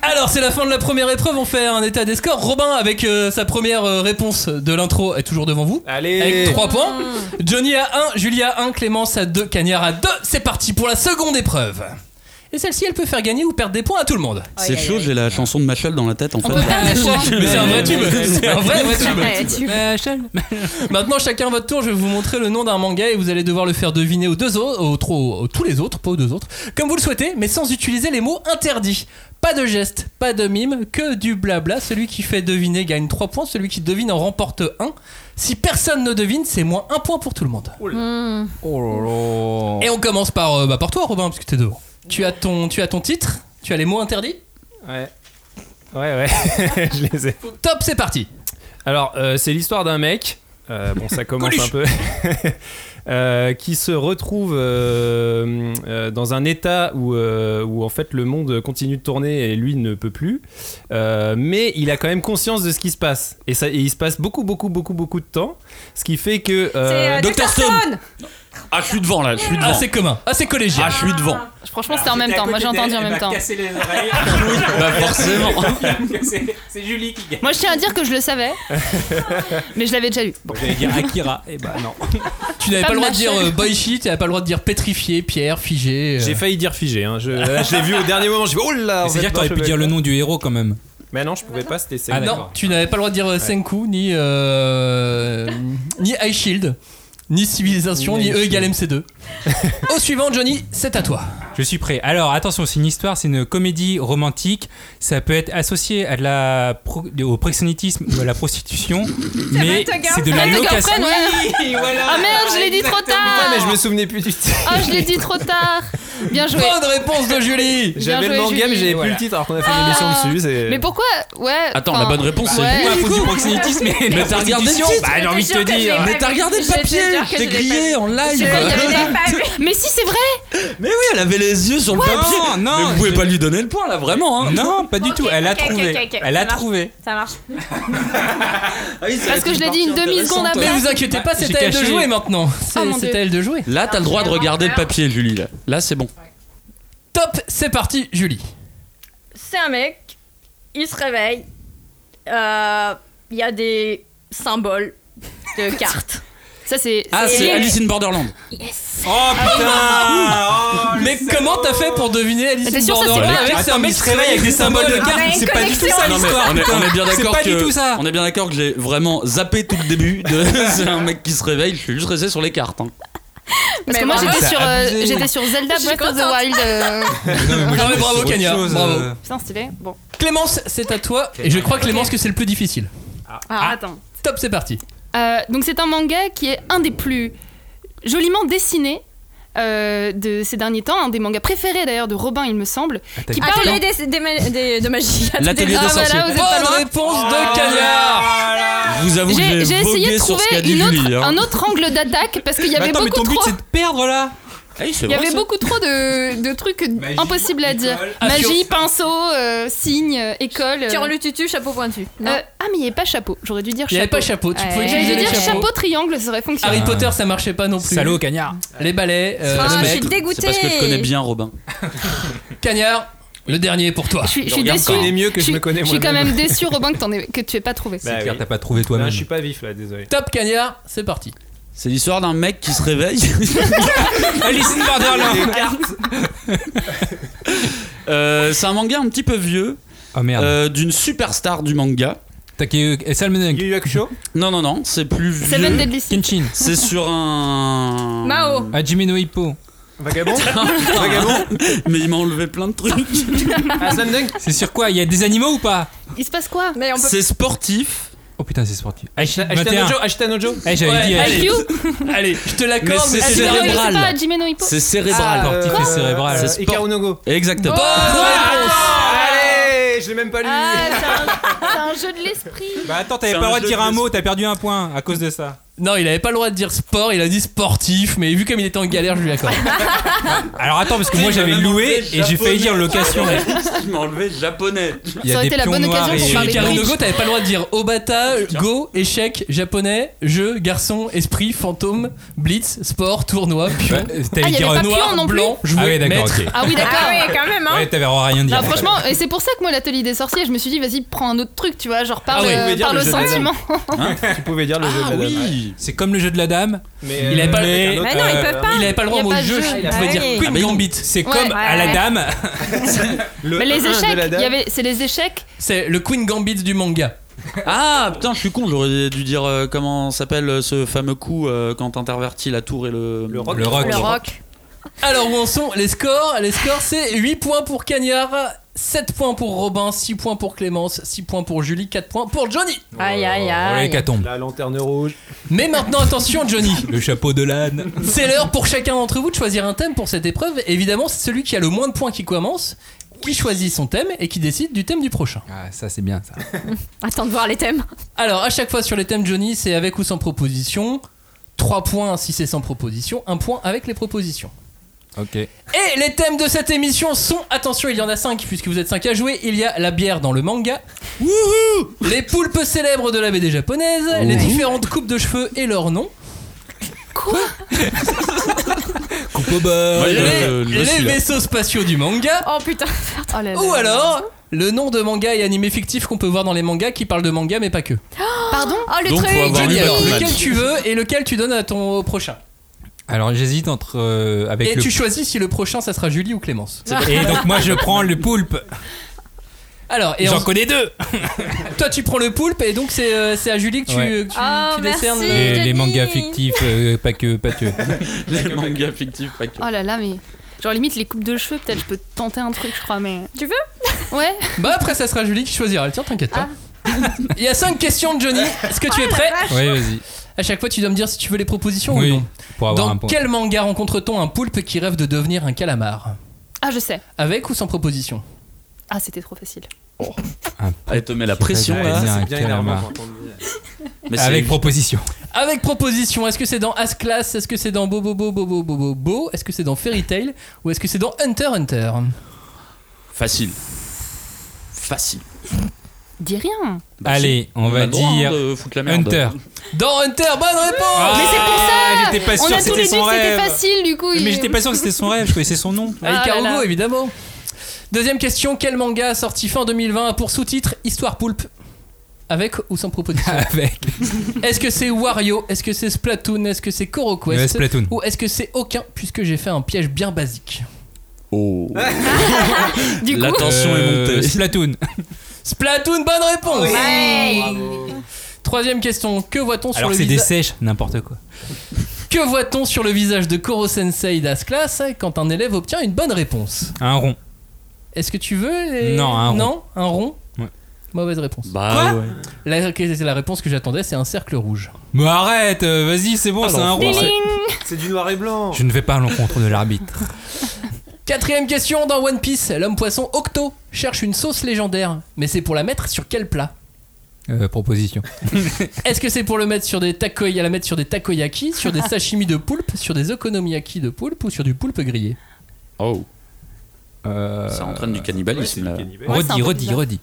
[SPEAKER 1] Alors c'est la fin de la première épreuve. On fait un état des scores. Robin avec euh, sa première euh, réponse de l'intro est toujours devant vous.
[SPEAKER 8] Allez.
[SPEAKER 1] Avec 3 points. Johnny à 1, Julie à 1, Clémence à 2, Cagnard à 2. C'est parti pour la seconde épreuve. Et celle-ci, elle peut faire gagner ou perdre des points à tout le monde.
[SPEAKER 4] C'est chaud, j'ai la chanson de Machel dans la tête en fait.
[SPEAKER 5] On peut
[SPEAKER 4] *laughs*
[SPEAKER 5] faire des points.
[SPEAKER 1] Mais c'est un vrai tube. *laughs* C'est un vrai, vrai tube.
[SPEAKER 5] Ouais, tu-
[SPEAKER 1] *laughs* Maintenant, chacun votre tour, je vais vous montrer le nom d'un manga et vous allez devoir le faire deviner aux deux autres, aux, trois- aux tous les autres, pas aux deux autres, comme vous le souhaitez, mais sans utiliser les mots interdits. Pas de geste, pas de mime, que du blabla. Celui qui fait deviner gagne 3 points, celui qui devine en remporte 1. Si personne ne devine, c'est moins 1 point pour tout le monde.
[SPEAKER 3] euh,
[SPEAKER 2] Oh là
[SPEAKER 1] Et on commence par, euh, bah, par toi, Robin, parce que t'es devant. Tu as, ton, tu as ton titre, tu as les mots interdits.
[SPEAKER 8] Ouais. Ouais, ouais. *laughs* je les ai.
[SPEAKER 1] Top, c'est parti.
[SPEAKER 8] Alors, euh, c'est l'histoire d'un mec. euh, bon, ça commence un peu. *laughs* euh, qui se retrouve euh, euh, dans un état où, euh, où en fait le monde continue de tourner et lui ne peut plus. Euh, mais il a quand même conscience de ce qui se passe. Et, ça, et il se passe beaucoup, beaucoup, beaucoup, beaucoup de temps. Ce qui fait que. euh,
[SPEAKER 10] C'est euh,
[SPEAKER 4] Dr.
[SPEAKER 10] Dr. Stone
[SPEAKER 4] Ah, je suis devant là, je suis
[SPEAKER 1] Ah,
[SPEAKER 4] devant.
[SPEAKER 1] c'est commun. Ah, c'est collégial.
[SPEAKER 4] Ah, je suis devant.
[SPEAKER 5] Franchement, c'était en même temps. Moi, j'ai entendu en même temps.
[SPEAKER 4] Bah
[SPEAKER 1] Ah,
[SPEAKER 4] forcément.
[SPEAKER 2] C'est Julie qui gagne.
[SPEAKER 5] Moi, je tiens à dire que je le savais, mais je l'avais déjà lu. Bon.
[SPEAKER 2] J'allais dire Akira. Eh bah non.
[SPEAKER 1] Tu n'avais pas,
[SPEAKER 5] Pas
[SPEAKER 1] le droit de
[SPEAKER 5] de
[SPEAKER 1] dire
[SPEAKER 5] lâcher.
[SPEAKER 1] euh, boyshi, tu n'avais pas le droit de dire pétrifié, pierre, figé. euh.
[SPEAKER 8] J'ai failli dire figé. Hein. Je, là, je l'ai vu au dernier moment. J'ai dit, oh là en fait,
[SPEAKER 2] C'est-à-dire que
[SPEAKER 8] non,
[SPEAKER 2] t'aurais
[SPEAKER 8] je
[SPEAKER 2] pu
[SPEAKER 8] peux
[SPEAKER 2] dire le
[SPEAKER 8] pas.
[SPEAKER 2] nom du héros quand même.
[SPEAKER 8] Mais non, je pouvais pas. C'était ça.
[SPEAKER 2] Ah,
[SPEAKER 1] Non,
[SPEAKER 2] d'accord.
[SPEAKER 1] tu n'avais pas le droit de dire euh, Senku, ni, euh, ni High Shield, ni Civilisation,
[SPEAKER 8] Ni
[SPEAKER 1] ni,
[SPEAKER 8] High
[SPEAKER 1] E
[SPEAKER 8] Shield.
[SPEAKER 1] égale MC2. Au suivant, Johnny, c'est à toi.
[SPEAKER 2] Je suis prêt. Alors attention, c'est une histoire, c'est une comédie romantique. Ça peut être associé à de la pro- au proxénétisme ou à la
[SPEAKER 10] *laughs*
[SPEAKER 2] prostitution, mais
[SPEAKER 10] Samantha Girl.
[SPEAKER 2] c'est de la
[SPEAKER 5] Samantha
[SPEAKER 2] location.
[SPEAKER 5] Girlfriend, ouais. Ah merde, je l'ai dit trop
[SPEAKER 8] Putain, mais je
[SPEAKER 5] tard.
[SPEAKER 8] me souvenais plus du titre.
[SPEAKER 5] Ah, je l'ai dit trop tard. Bien joué.
[SPEAKER 1] Bonne réponse de
[SPEAKER 8] *laughs*
[SPEAKER 1] Julie
[SPEAKER 8] J'avais
[SPEAKER 5] joué,
[SPEAKER 8] le manga,
[SPEAKER 5] Julie.
[SPEAKER 8] mais j'avais plus
[SPEAKER 2] Voilà.
[SPEAKER 8] le titre alors qu'on a fait
[SPEAKER 5] Ah.
[SPEAKER 8] une émission dessus. c'est-
[SPEAKER 5] Mais pourquoi Ouais.
[SPEAKER 4] Euh, Attends,
[SPEAKER 5] enfin,
[SPEAKER 4] la bonne réponse c'est.
[SPEAKER 5] Ouais.
[SPEAKER 2] Pas à cause du proxénétisme, mais
[SPEAKER 4] Mais t'as regardé le titre
[SPEAKER 2] Bah, j'ai envie de te dire.
[SPEAKER 4] Mais t'as regardé le
[SPEAKER 10] Je
[SPEAKER 4] papier
[SPEAKER 10] te jure que
[SPEAKER 4] T'es
[SPEAKER 10] je l'ai
[SPEAKER 4] grillé en
[SPEAKER 1] Ah,
[SPEAKER 5] C'est
[SPEAKER 4] live
[SPEAKER 5] vrai,
[SPEAKER 1] *laughs*
[SPEAKER 5] il y avait des-
[SPEAKER 10] pas vu.
[SPEAKER 5] *laughs* Mais si, c'est vrai.
[SPEAKER 4] Mais oui, elle avait les yeux sur le
[SPEAKER 2] Non,
[SPEAKER 4] papier
[SPEAKER 2] non,
[SPEAKER 4] Mais vous pouvez
[SPEAKER 2] je-
[SPEAKER 4] pas lui donner le point là, vraiment hein
[SPEAKER 2] Non, pas du
[SPEAKER 10] Ok,
[SPEAKER 2] tout. Elle a
[SPEAKER 10] ok, ok,
[SPEAKER 2] trouvé.
[SPEAKER 10] ok, ok.
[SPEAKER 2] Elle a
[SPEAKER 10] Ça marche.
[SPEAKER 2] trouvé.
[SPEAKER 10] Ça marche.
[SPEAKER 5] Parce que je l'ai dit une demi-seconde
[SPEAKER 1] Ne
[SPEAKER 5] après.
[SPEAKER 1] vous inquiétez pas, c'est
[SPEAKER 2] J'ai
[SPEAKER 1] à elle de
[SPEAKER 2] caché.
[SPEAKER 1] jouer maintenant. C'est
[SPEAKER 5] Ah, mon
[SPEAKER 1] c'est
[SPEAKER 5] Dieu.
[SPEAKER 1] à elle de jouer.
[SPEAKER 4] Là, t'as le droit de regarder le papier, Julie. Là, là c'est bon.
[SPEAKER 1] Top, c'est parti, Julie.
[SPEAKER 10] C'est un mec, il se réveille, euh, il y a des symboles de cartes.
[SPEAKER 5] Ça, c'est.
[SPEAKER 4] Ah, c'est
[SPEAKER 5] lié.
[SPEAKER 4] Alice in Borderland.
[SPEAKER 10] Ah,
[SPEAKER 2] Oh putain oh,
[SPEAKER 1] Mais comment t'as fait pour deviner Alice
[SPEAKER 5] T'es
[SPEAKER 1] in
[SPEAKER 5] sûr, ça, c'est
[SPEAKER 1] Borderland
[SPEAKER 5] pas-
[SPEAKER 1] avec
[SPEAKER 2] Attends,
[SPEAKER 1] c'est un
[SPEAKER 2] mais
[SPEAKER 1] mec
[SPEAKER 2] il se
[SPEAKER 1] qui Ah,
[SPEAKER 2] réveille avec des symboles de
[SPEAKER 1] cartes.
[SPEAKER 2] cartes.
[SPEAKER 3] une
[SPEAKER 2] C'est pas du tout
[SPEAKER 3] connexion.
[SPEAKER 2] ça
[SPEAKER 4] Non, mais
[SPEAKER 2] l'histoire.
[SPEAKER 4] on, est, on est bien
[SPEAKER 2] C'est
[SPEAKER 4] d'accord
[SPEAKER 2] pas
[SPEAKER 4] que
[SPEAKER 2] du tout ça.
[SPEAKER 4] on est bien d'accord que j'ai vraiment zappé tout le début de c'est un mec qui se réveille. Je suis juste resté sur les cartes. hein.
[SPEAKER 5] Parce que
[SPEAKER 3] Mais
[SPEAKER 5] moi,
[SPEAKER 3] bravo.
[SPEAKER 5] j'étais
[SPEAKER 2] Ça
[SPEAKER 5] sur,
[SPEAKER 2] a
[SPEAKER 5] euh,
[SPEAKER 2] abusé.
[SPEAKER 5] j'étais sur Zelda
[SPEAKER 3] Je suis
[SPEAKER 5] Breath of the
[SPEAKER 3] contente.
[SPEAKER 5] Wild. euh,
[SPEAKER 1] Non, mais bravo, Kenya, bravo.
[SPEAKER 5] *laughs* Putain, stylé. Bon.
[SPEAKER 1] Clémence, c'est à toi. Et je crois, Clémence, que c'est le plus difficile.
[SPEAKER 5] Alors,
[SPEAKER 2] Ah.
[SPEAKER 5] attends.
[SPEAKER 1] Top, c'est parti.
[SPEAKER 5] Euh, donc c'est un manga qui est un des plus joliment dessinés euh, de ces derniers temps, un des mangas préférés d'ailleurs de Robin, il me semble.
[SPEAKER 4] Ah,
[SPEAKER 5] Qui parle-
[SPEAKER 3] Atelier des, des, ma- des- de magie.
[SPEAKER 4] L'atelier des
[SPEAKER 5] Ah, voilà,
[SPEAKER 4] sorciers.
[SPEAKER 5] vous êtes pas
[SPEAKER 1] Bonne
[SPEAKER 5] loin.
[SPEAKER 1] réponse
[SPEAKER 2] Ah.
[SPEAKER 1] de Cagnard
[SPEAKER 4] Je Oh, vous avoue que
[SPEAKER 5] J'ai j'ai essayé de
[SPEAKER 4] vogué sur
[SPEAKER 5] trouver
[SPEAKER 4] ce qu'a dit
[SPEAKER 5] une autre-
[SPEAKER 4] Julie. hein.
[SPEAKER 5] un autre angle d'attaque parce qu'il y avait
[SPEAKER 2] Attends, mais
[SPEAKER 5] beaucoup
[SPEAKER 2] ton but
[SPEAKER 5] trop,
[SPEAKER 2] c'est de perdre là
[SPEAKER 4] Ah oui, c'est Bah,
[SPEAKER 5] il y
[SPEAKER 4] vrai,
[SPEAKER 5] avait
[SPEAKER 4] ça.
[SPEAKER 5] beaucoup trop de, de trucs
[SPEAKER 2] Magie,
[SPEAKER 5] impossibles à dire.
[SPEAKER 2] école.
[SPEAKER 5] Magie, pinceau, euh, signe, euh, école. euh.
[SPEAKER 3] Tire le tutu, chapeau pointu. Non.
[SPEAKER 5] Euh, ah mais il n'y avait pas chapeau, j'aurais dû dire
[SPEAKER 1] Il n'y
[SPEAKER 5] chapeau.
[SPEAKER 1] avait pas chapeau, tu pouvais
[SPEAKER 3] Ouais.
[SPEAKER 5] J'allais
[SPEAKER 1] utiliser les
[SPEAKER 5] dire
[SPEAKER 1] chapeaux.
[SPEAKER 5] chapeau triangle, ça aurait fonctionné.
[SPEAKER 1] Harry Potter, ça marchait pas non plus.
[SPEAKER 2] Salaud, Cagnard
[SPEAKER 1] Les balais, euh,
[SPEAKER 3] Ah,
[SPEAKER 1] le
[SPEAKER 3] je suis
[SPEAKER 1] maître.
[SPEAKER 3] dégoûtée.
[SPEAKER 4] C'est parce que je connais bien Robin.
[SPEAKER 1] Cagnard, le dernier pour toi.
[SPEAKER 5] Je suis, je
[SPEAKER 4] Je
[SPEAKER 5] suis
[SPEAKER 4] regarde
[SPEAKER 5] déçue.
[SPEAKER 8] connais mieux que je
[SPEAKER 5] suis-
[SPEAKER 8] me connais
[SPEAKER 5] Je suis quand
[SPEAKER 8] moi-même.
[SPEAKER 5] même déçue, Robin, que, t'en aies- que tu aies pas trouvé.
[SPEAKER 8] Bah oui.
[SPEAKER 2] T'as pas trouvé
[SPEAKER 8] Non,
[SPEAKER 2] toi-même.
[SPEAKER 8] je suis pas vif là, désolé.
[SPEAKER 1] Top Cagnard, c'est parti.
[SPEAKER 4] C'est l'histoire d'un mec qui se réveille. *laughs*
[SPEAKER 2] Alice in Borderland
[SPEAKER 4] Euh, c'est un manga un petit peu vieux
[SPEAKER 2] Oh merde.
[SPEAKER 4] euh, d'une superstar du manga.
[SPEAKER 2] T'as qu'à. Salmon
[SPEAKER 8] Yu Yu Hakusho
[SPEAKER 4] Non non non, c'est plus vieux.
[SPEAKER 5] Seven Deadly Sins.
[SPEAKER 2] Kenshin.
[SPEAKER 4] C'est sur un *laughs*
[SPEAKER 3] Mao.
[SPEAKER 2] Hajime no Hippo.
[SPEAKER 5] *laughs*
[SPEAKER 8] Vagabond Vagabond
[SPEAKER 4] Mais il m'a enlevé plein de trucs.
[SPEAKER 8] Ah, Slam Dunk
[SPEAKER 2] C'est sur quoi Il y a des animaux ou pas
[SPEAKER 5] Il se passe quoi
[SPEAKER 3] Mais on peut
[SPEAKER 4] C'est sportif.
[SPEAKER 2] Oh putain, c'est sportif. H
[SPEAKER 8] Ashitanojo
[SPEAKER 2] 21.
[SPEAKER 8] Ashitanojo
[SPEAKER 2] Eh, j'avais
[SPEAKER 1] Ouais,
[SPEAKER 2] dit.
[SPEAKER 1] allez.
[SPEAKER 2] eh,
[SPEAKER 5] IQ
[SPEAKER 1] Allez, je te l'accorde,
[SPEAKER 4] Mais
[SPEAKER 1] mais
[SPEAKER 4] c'est
[SPEAKER 1] c'est
[SPEAKER 5] Ah,
[SPEAKER 1] cérébrale.
[SPEAKER 5] non, C'est pas Jimeno Hippo
[SPEAKER 4] C'est cérébral.
[SPEAKER 2] Ah, Sportif et cérébral.
[SPEAKER 8] euh,
[SPEAKER 2] C'est
[SPEAKER 4] sport.
[SPEAKER 8] Hikaru no Go.
[SPEAKER 4] Exactement.
[SPEAKER 8] Ah, Allez, je l'ai même pas lu.
[SPEAKER 3] Ah, c'est un-
[SPEAKER 5] un jeu de l'esprit.
[SPEAKER 2] Bah attends, t'avais
[SPEAKER 4] C'est
[SPEAKER 2] pas le
[SPEAKER 4] un
[SPEAKER 2] droit
[SPEAKER 4] jeu
[SPEAKER 2] de dire
[SPEAKER 4] de
[SPEAKER 2] un mot, t'as perdu un point à cause de
[SPEAKER 4] *laughs*
[SPEAKER 2] ça.
[SPEAKER 1] Non, il avait pas le droit de dire sport, il a dit sportif, mais vu comme il était en galère, je lui accorde.
[SPEAKER 2] Alors attends, parce que moi j'avais loué et j'ai failli dire location.
[SPEAKER 4] *laughs* Il m'a enlevé japonais.
[SPEAKER 2] Il y a
[SPEAKER 5] Ça aurait
[SPEAKER 2] des
[SPEAKER 5] été la
[SPEAKER 2] pions
[SPEAKER 5] bonne
[SPEAKER 2] noirs
[SPEAKER 5] occasion pour
[SPEAKER 1] Enfin,
[SPEAKER 5] parler
[SPEAKER 2] et.
[SPEAKER 5] de-
[SPEAKER 1] Karunogo, t'avais pas le droit de dire Obata, Go, échec, japonais, jeu, garçon, esprit, fantôme, blitz, sport, tournoi,
[SPEAKER 2] Ouais,
[SPEAKER 1] pion,
[SPEAKER 5] Ah,
[SPEAKER 2] T'avais
[SPEAKER 5] il y
[SPEAKER 2] dit
[SPEAKER 5] avait
[SPEAKER 2] un
[SPEAKER 5] pas
[SPEAKER 2] noir.
[SPEAKER 5] pion non plus
[SPEAKER 1] blanc, jouet,
[SPEAKER 2] Ah oui, d'accord,
[SPEAKER 1] maître.
[SPEAKER 2] ok.
[SPEAKER 5] Ah oui, d'accord.
[SPEAKER 3] Ah ouais, quand même, hein.
[SPEAKER 2] Ouais, t'avais rien dit.
[SPEAKER 5] Non, franchement, et c'est pour ça que moi, l'atelier des sorciers, je me suis dit, vas-y, prends un autre truc, tu vois, genre parle,
[SPEAKER 1] Ah oui, vous
[SPEAKER 5] euh,
[SPEAKER 8] pouvez dire
[SPEAKER 5] parle
[SPEAKER 8] le
[SPEAKER 5] au
[SPEAKER 8] jeu de la
[SPEAKER 5] sentiment.
[SPEAKER 8] Tu pouvais dire
[SPEAKER 5] Ah,
[SPEAKER 8] le jeu de la dame.
[SPEAKER 4] Oui.
[SPEAKER 2] C'est comme le jeu de la dame.
[SPEAKER 8] Mais
[SPEAKER 1] Il avait pas-
[SPEAKER 8] mais un autre-
[SPEAKER 3] Mais non, ils
[SPEAKER 2] Euh,
[SPEAKER 3] peuvent pas.
[SPEAKER 1] Il avait pas le droit
[SPEAKER 5] Il y
[SPEAKER 1] au
[SPEAKER 5] a
[SPEAKER 1] mot
[SPEAKER 5] pas de
[SPEAKER 1] jeu,
[SPEAKER 5] jeu.
[SPEAKER 1] il
[SPEAKER 3] Ah
[SPEAKER 1] pouvait dire
[SPEAKER 3] oui.
[SPEAKER 1] Queen
[SPEAKER 4] Ah, mais non.
[SPEAKER 1] Gambit.
[SPEAKER 2] C'est
[SPEAKER 5] Ouais.
[SPEAKER 2] comme à la
[SPEAKER 3] Ouais.
[SPEAKER 2] dame.
[SPEAKER 8] le
[SPEAKER 5] Mais les
[SPEAKER 8] 1 de
[SPEAKER 5] échecs,
[SPEAKER 8] la
[SPEAKER 5] il
[SPEAKER 8] dame.
[SPEAKER 5] y avait, c'est les échecs.
[SPEAKER 1] C'est le Queen Gambit du manga.
[SPEAKER 4] Ah putain, je suis con. J'aurais dû dire euh, comment s'appelle euh, ce fameux coup euh, quand t'intervertis la tour et le. *laughs*
[SPEAKER 8] Le rock.
[SPEAKER 2] Le rock.
[SPEAKER 3] Le rock.
[SPEAKER 1] Alors, où en sont les scores Les scores, c'est 8 points pour Cagnard, 7 points pour Robin, 6 points pour Clémence, 6 points pour Julie, 4 points pour Johnny.
[SPEAKER 3] Aïe, aïe,
[SPEAKER 2] Oh,
[SPEAKER 3] aïe.
[SPEAKER 2] l'hécatombe.
[SPEAKER 8] La lanterne rouge.
[SPEAKER 1] Mais maintenant, attention, Johnny.
[SPEAKER 2] Le chapeau de l'âne.
[SPEAKER 1] C'est l'heure pour chacun d'entre vous de choisir un thème pour cette épreuve. Évidemment, c'est celui qui a le moins de points qui commence, qui choisit son thème et qui décide du thème du prochain.
[SPEAKER 2] Ah, ça c'est bien ça.
[SPEAKER 3] Attends de voir les thèmes.
[SPEAKER 1] Alors, à chaque fois sur les thèmes Johnny, c'est avec ou sans proposition. 3 points si c'est sans proposition, 1 point avec les propositions.
[SPEAKER 2] Ok.
[SPEAKER 1] Et les thèmes de cette émission sont, attention, il y en a 5 puisque vous êtes 5 à jouer, il y a la bière dans le manga, Wouhou les poulpes célèbres de la BD japonaise, les différentes coupes de cheveux et leurs noms,
[SPEAKER 2] Coupe au bol. Euh,
[SPEAKER 4] Ouais,
[SPEAKER 1] les,
[SPEAKER 4] le- le-
[SPEAKER 1] les
[SPEAKER 4] celui-là.
[SPEAKER 1] vaisseaux spatiaux du manga,
[SPEAKER 3] Oh putain.
[SPEAKER 5] Oh là là.
[SPEAKER 1] Ou alors le nom de manga et animé fictif qu'on peut voir dans les mangas qui parlent de manga mais pas que.
[SPEAKER 5] Pardon
[SPEAKER 3] Oh le
[SPEAKER 4] Donc,
[SPEAKER 3] truc.
[SPEAKER 4] faut avoir
[SPEAKER 1] Johnny,
[SPEAKER 4] lu
[SPEAKER 1] alors,
[SPEAKER 4] Batman.
[SPEAKER 1] lequel tu veux et lequel tu donnes à ton prochain.
[SPEAKER 2] Alors j'hésite entre euh, avec
[SPEAKER 1] et
[SPEAKER 2] le
[SPEAKER 1] tu choisis si le prochain ça sera Julie ou Clémence.
[SPEAKER 2] *laughs* et donc moi je prends le poulpe.
[SPEAKER 1] Alors et
[SPEAKER 2] J'en
[SPEAKER 1] en-
[SPEAKER 2] connais deux.
[SPEAKER 1] toi tu prends le poulpe et donc c'est euh, c'est à Julie que tu,
[SPEAKER 2] Ouais.
[SPEAKER 1] que tu-
[SPEAKER 3] Oh,
[SPEAKER 1] tu
[SPEAKER 3] merci.
[SPEAKER 1] décernes.
[SPEAKER 3] Et
[SPEAKER 2] Les, les
[SPEAKER 3] Johnny.
[SPEAKER 2] mangas fictifs, euh, pas que, pas que.
[SPEAKER 4] Les mangas fictifs. pas que.
[SPEAKER 5] Oh là là, mais. Genre limite les coupes de cheveux, peut-être je peux tenter un truc, je crois, mais.
[SPEAKER 3] Tu veux
[SPEAKER 5] Ouais.
[SPEAKER 1] Bah après ça sera Julie qui choisira. Tiens t'inquiète pas. *laughs* Il y a 5 questions Johnny. Est-ce que tu es prêt
[SPEAKER 2] Oui, vas-y.
[SPEAKER 1] À chaque fois tu dois me dire si tu veux les propositions
[SPEAKER 2] Oui,
[SPEAKER 1] ou non.
[SPEAKER 2] pour avoir un
[SPEAKER 1] Dans
[SPEAKER 2] point.
[SPEAKER 1] quel manga rencontre-t-on un poulpe qui rêve de devenir un calamar
[SPEAKER 5] Ah je sais.
[SPEAKER 1] Avec ou sans proposition
[SPEAKER 5] Ah c'était trop facile.
[SPEAKER 4] Ah, Elle te met la pression
[SPEAKER 5] Ah,
[SPEAKER 2] Ouais,
[SPEAKER 4] là.
[SPEAKER 2] vas-y, un
[SPEAKER 8] Ah, C'est bien énervant
[SPEAKER 2] calamar.
[SPEAKER 8] quand on le dit.
[SPEAKER 4] Mais c'est-
[SPEAKER 2] Avec proposition.
[SPEAKER 1] Avec proposition, est-ce que c'est dans As Class Est-ce que c'est dans Bobo Bobo Bobo Bobo Bo Est-ce que c'est dans Fairy Tail Ou est-ce que c'est dans Hunter x Hunter
[SPEAKER 4] Facile. Facile.
[SPEAKER 5] Dis rien.
[SPEAKER 4] Bah,
[SPEAKER 2] Allez, on
[SPEAKER 4] si.
[SPEAKER 2] va
[SPEAKER 4] a le droit, hein,
[SPEAKER 2] dire
[SPEAKER 4] de foutre la merde.
[SPEAKER 2] Hunter.
[SPEAKER 1] Dans Hunter, bonne réponse
[SPEAKER 2] Ah.
[SPEAKER 5] Mais c'est pour ça
[SPEAKER 2] J'étais pas
[SPEAKER 5] On
[SPEAKER 2] sûr
[SPEAKER 5] a
[SPEAKER 2] que
[SPEAKER 5] tous
[SPEAKER 2] c'était
[SPEAKER 5] les dit
[SPEAKER 2] son
[SPEAKER 5] que c'était
[SPEAKER 2] rêve.
[SPEAKER 5] facile du coup. il-
[SPEAKER 2] Mais j'étais pas sûr que c'était son rêve, je connaissais son nom.
[SPEAKER 1] Avec
[SPEAKER 5] Ah là
[SPEAKER 1] Karugo,
[SPEAKER 5] là.
[SPEAKER 1] évidemment. Deuxième question, quel manga sorti fin 2020 a pour sous-titre Histoire Poulpe Avec ou sans proposition
[SPEAKER 2] Avec
[SPEAKER 1] Est-ce que c'est Wario Est-ce que c'est Splatoon Est-ce que c'est
[SPEAKER 2] le
[SPEAKER 1] CoroQuest
[SPEAKER 2] Splatoon.
[SPEAKER 1] Ou est-ce que c'est aucun Puisque j'ai fait un piège bien basique.
[SPEAKER 3] *laughs*
[SPEAKER 4] Oh.
[SPEAKER 5] Du coup,
[SPEAKER 4] La tension
[SPEAKER 2] Euh,
[SPEAKER 4] est montée.
[SPEAKER 2] Splatoon.
[SPEAKER 1] Splatoon, bonne réponse
[SPEAKER 10] Ouais.
[SPEAKER 1] Troisième question, que voit-on sur
[SPEAKER 2] Alors
[SPEAKER 1] le
[SPEAKER 2] c'est des
[SPEAKER 1] visage
[SPEAKER 2] sèches, n'importe quoi.
[SPEAKER 1] Que voit-on sur le visage de Koro Sensei d'As Class quand un élève obtient une bonne réponse
[SPEAKER 2] Un rond.
[SPEAKER 1] Est-ce que tu veux les-
[SPEAKER 2] Non, un rond.
[SPEAKER 1] Non, un rond
[SPEAKER 2] Ouais.
[SPEAKER 1] Mauvaise réponse.
[SPEAKER 4] Bah ouais.
[SPEAKER 1] La, c'est la réponse que j'attendais, c'est un cercle rouge.
[SPEAKER 2] Mais arrête, euh, vas-y, c'est bon,
[SPEAKER 1] Ah
[SPEAKER 2] c'est
[SPEAKER 1] non,
[SPEAKER 2] un rond.
[SPEAKER 1] c'est-
[SPEAKER 8] C'est du noir et blanc.
[SPEAKER 2] Je ne vais pas à l'encontre de l'arbitre.
[SPEAKER 1] Quatrième question dans One Piece, l'homme poisson Octo cherche une sauce légendaire, mais c'est pour la mettre sur quel plat
[SPEAKER 2] Euh, proposition.
[SPEAKER 5] Ah.
[SPEAKER 1] Est-ce que c'est pour le mettre sur des takoy, à la mettre sur des takoyaki, sur
[SPEAKER 2] *laughs*
[SPEAKER 1] des sashimi de poulpe, sur des okonomiyaki de poulpe ou sur du poulpe grillé
[SPEAKER 4] Oh.
[SPEAKER 2] Euh,
[SPEAKER 4] Ça entraîne du cannibalisme là.
[SPEAKER 8] euh,
[SPEAKER 3] Ouais, c'est un
[SPEAKER 2] redis,
[SPEAKER 3] peu
[SPEAKER 2] redis,
[SPEAKER 3] bizarre.
[SPEAKER 2] redis.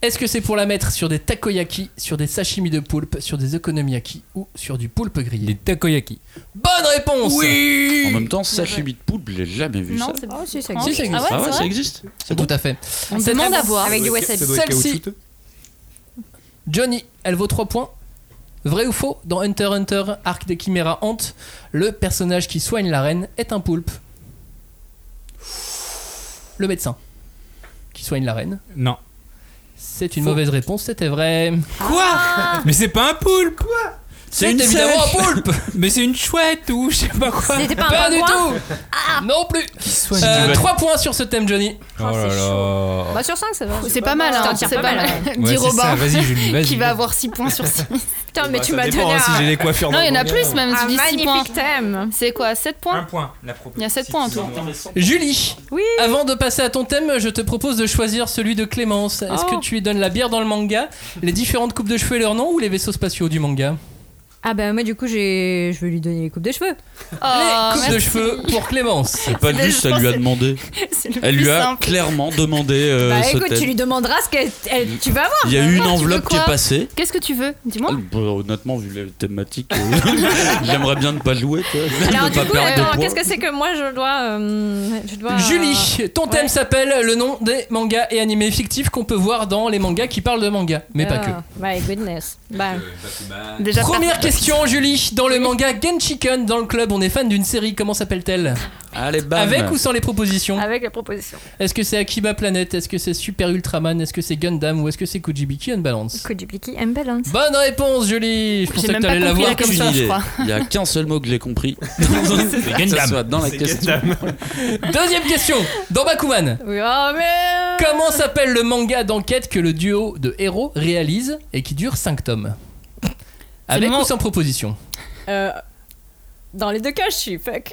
[SPEAKER 1] Est-ce que c'est pour la mettre sur des takoyaki, sur des sashimi de poulpe, sur des okonomiyaki ou sur du poulpe grillé
[SPEAKER 2] Les takoyaki.
[SPEAKER 1] Bonne réponse
[SPEAKER 4] En même temps, sashimi de poulpe, j'ai jamais vu
[SPEAKER 5] non,
[SPEAKER 4] ça.
[SPEAKER 5] c'est
[SPEAKER 3] Oh, si, ça
[SPEAKER 1] Si,
[SPEAKER 3] existe.
[SPEAKER 1] ça
[SPEAKER 5] Ah
[SPEAKER 1] existe.
[SPEAKER 5] ouais,
[SPEAKER 4] ah ouais,
[SPEAKER 5] c'est
[SPEAKER 4] ça
[SPEAKER 5] vrai
[SPEAKER 4] existe. C'est bon.
[SPEAKER 1] Tout à fait.
[SPEAKER 5] On
[SPEAKER 1] Cette
[SPEAKER 5] demande à
[SPEAKER 1] réponse-
[SPEAKER 5] voir.
[SPEAKER 3] Avec du
[SPEAKER 8] euh,
[SPEAKER 3] wasabi.
[SPEAKER 1] Celle-ci. Johnny, elle vaut 3 points. Vrai ou faux, dans Hunter x Hunter, Arc des Chiméras Hant, le personnage qui soigne la reine est un poulpe. Le médecin qui soigne la reine.
[SPEAKER 2] Non.
[SPEAKER 1] C'est une
[SPEAKER 2] Faux.
[SPEAKER 1] mauvaise réponse, c'était vrai.
[SPEAKER 2] Mais c'est pas un poulpe Quoi
[SPEAKER 1] C'est évidemment
[SPEAKER 2] sèche.
[SPEAKER 1] un poulpe
[SPEAKER 2] *laughs* Mais c'est une chouette ou je sais pas quoi
[SPEAKER 10] C'était pas un
[SPEAKER 1] Pas Oh, du
[SPEAKER 10] pingouin
[SPEAKER 3] Oh,
[SPEAKER 1] tout Non plus
[SPEAKER 2] Soigne-
[SPEAKER 1] Euh,
[SPEAKER 4] vas-
[SPEAKER 1] 3 points sur ce thème, Johnny.
[SPEAKER 2] Oh là là
[SPEAKER 3] Bah, sur 5, ça va.
[SPEAKER 5] C'est pas mal,
[SPEAKER 3] Putain,
[SPEAKER 5] hein,
[SPEAKER 3] tiens,
[SPEAKER 5] c'est
[SPEAKER 3] pas
[SPEAKER 5] pas mal.
[SPEAKER 3] mal.
[SPEAKER 2] Ouais,
[SPEAKER 5] Dis
[SPEAKER 2] c'est ça,
[SPEAKER 5] Robin,
[SPEAKER 2] Vas-y Julie,
[SPEAKER 5] *laughs*
[SPEAKER 2] vas-y.
[SPEAKER 5] qui va avoir 6 points
[SPEAKER 2] *laughs*
[SPEAKER 5] sur 6.
[SPEAKER 3] Putain, mais tu
[SPEAKER 8] Ça
[SPEAKER 3] m'as
[SPEAKER 8] dépend,
[SPEAKER 3] donné
[SPEAKER 8] hein, si j'ai
[SPEAKER 3] un,
[SPEAKER 8] les coiffures
[SPEAKER 5] Non,
[SPEAKER 8] dans
[SPEAKER 5] il y en a
[SPEAKER 8] mon
[SPEAKER 5] plus même,
[SPEAKER 3] un
[SPEAKER 5] tu dis 6 points.
[SPEAKER 3] Ah, magnifique thème.
[SPEAKER 5] C'est quoi 7 points
[SPEAKER 2] point, la proposition.
[SPEAKER 5] Il y a sept points en tout.
[SPEAKER 1] Julie,
[SPEAKER 3] Oui.
[SPEAKER 1] avant de passer à ton thème, je te propose de choisir celui de Clémence. Est-ce
[SPEAKER 3] Oh.
[SPEAKER 1] que tu lui donnes la bière dans le manga, les différentes coupes de cheveux et leurs noms ou les vaisseaux spatiaux du manga
[SPEAKER 3] Ah bah moi du coup j'ai je vais lui donner les coupes de cheveux.
[SPEAKER 5] Oh,
[SPEAKER 1] Les coupes de
[SPEAKER 5] merci.
[SPEAKER 1] cheveux pour Clémence.
[SPEAKER 4] C'est pas
[SPEAKER 5] Mais
[SPEAKER 4] juste,
[SPEAKER 5] je
[SPEAKER 4] elle lui a
[SPEAKER 5] pensais-
[SPEAKER 4] demandé.
[SPEAKER 5] *laughs* C'est le
[SPEAKER 4] Elle
[SPEAKER 5] plus
[SPEAKER 4] lui a
[SPEAKER 5] simple.
[SPEAKER 4] clairement demandé euh,
[SPEAKER 3] bah
[SPEAKER 4] ce
[SPEAKER 3] écoute, tu
[SPEAKER 4] thème.
[SPEAKER 3] lui demanderas ce qu'elle elle- tu vas voir.
[SPEAKER 4] Il y a eu une
[SPEAKER 5] Tu veux
[SPEAKER 4] enveloppe qui est
[SPEAKER 5] quoi Hein
[SPEAKER 4] passée.
[SPEAKER 5] Qu'est-ce que tu veux Dis-moi.
[SPEAKER 4] Ah, bah, honnêtement, vu la thématique, euh, *laughs* j'aimerais bien ne pas jouer. Quoi.
[SPEAKER 3] Alors
[SPEAKER 4] ne
[SPEAKER 3] du
[SPEAKER 4] pas
[SPEAKER 3] coup,
[SPEAKER 4] perdre de
[SPEAKER 3] attends,
[SPEAKER 4] points.
[SPEAKER 3] qu'est-ce que c'est que moi je dois euh, je dois euh,
[SPEAKER 1] Julie, ton thème
[SPEAKER 3] ouais.
[SPEAKER 1] s'appelle le nom des mangas et animés fictifs qu'on peut voir dans les mangas qui parlent de manga, mais pas que.
[SPEAKER 3] euh, My goodness. Bah,
[SPEAKER 5] Déjà,
[SPEAKER 1] Première
[SPEAKER 5] personne-
[SPEAKER 1] question, Julie. Dans le manga Genshiken, dans le club, on est fan d'une série. Comment s'appelle-t-elle
[SPEAKER 4] Allez, bam.
[SPEAKER 1] Avec ou sans les propositions
[SPEAKER 3] avec la proposition.
[SPEAKER 1] Est-ce que c'est Akiba Planet Est-ce que c'est Super Ultraman Est-ce que c'est Gundam Ou est-ce que c'est Kujibiki
[SPEAKER 5] *laughs*
[SPEAKER 1] Unbalance
[SPEAKER 3] Kojibiki Imbalance.
[SPEAKER 1] Bonne réponse, Julie Je
[SPEAKER 5] J'ai
[SPEAKER 1] pensais que
[SPEAKER 5] même pas
[SPEAKER 1] t'allais la
[SPEAKER 5] compris
[SPEAKER 1] voir
[SPEAKER 5] la
[SPEAKER 1] comme
[SPEAKER 5] question.
[SPEAKER 1] ça.
[SPEAKER 5] je
[SPEAKER 4] idée.
[SPEAKER 5] crois.
[SPEAKER 4] Il y a qu'un seul mot que j'ai compris. que ça soit dans la question.
[SPEAKER 1] Deuxième question, dans Bakuman.
[SPEAKER 5] Euh.
[SPEAKER 3] Oui, oh mais
[SPEAKER 1] Comment s'appelle le manga d'enquête que le duo de héros réalise et qui dure 5 tomes Avec
[SPEAKER 5] le
[SPEAKER 1] ou
[SPEAKER 5] moment-
[SPEAKER 1] sans proposition
[SPEAKER 3] Euh, dans les deux cas, je suis fuck.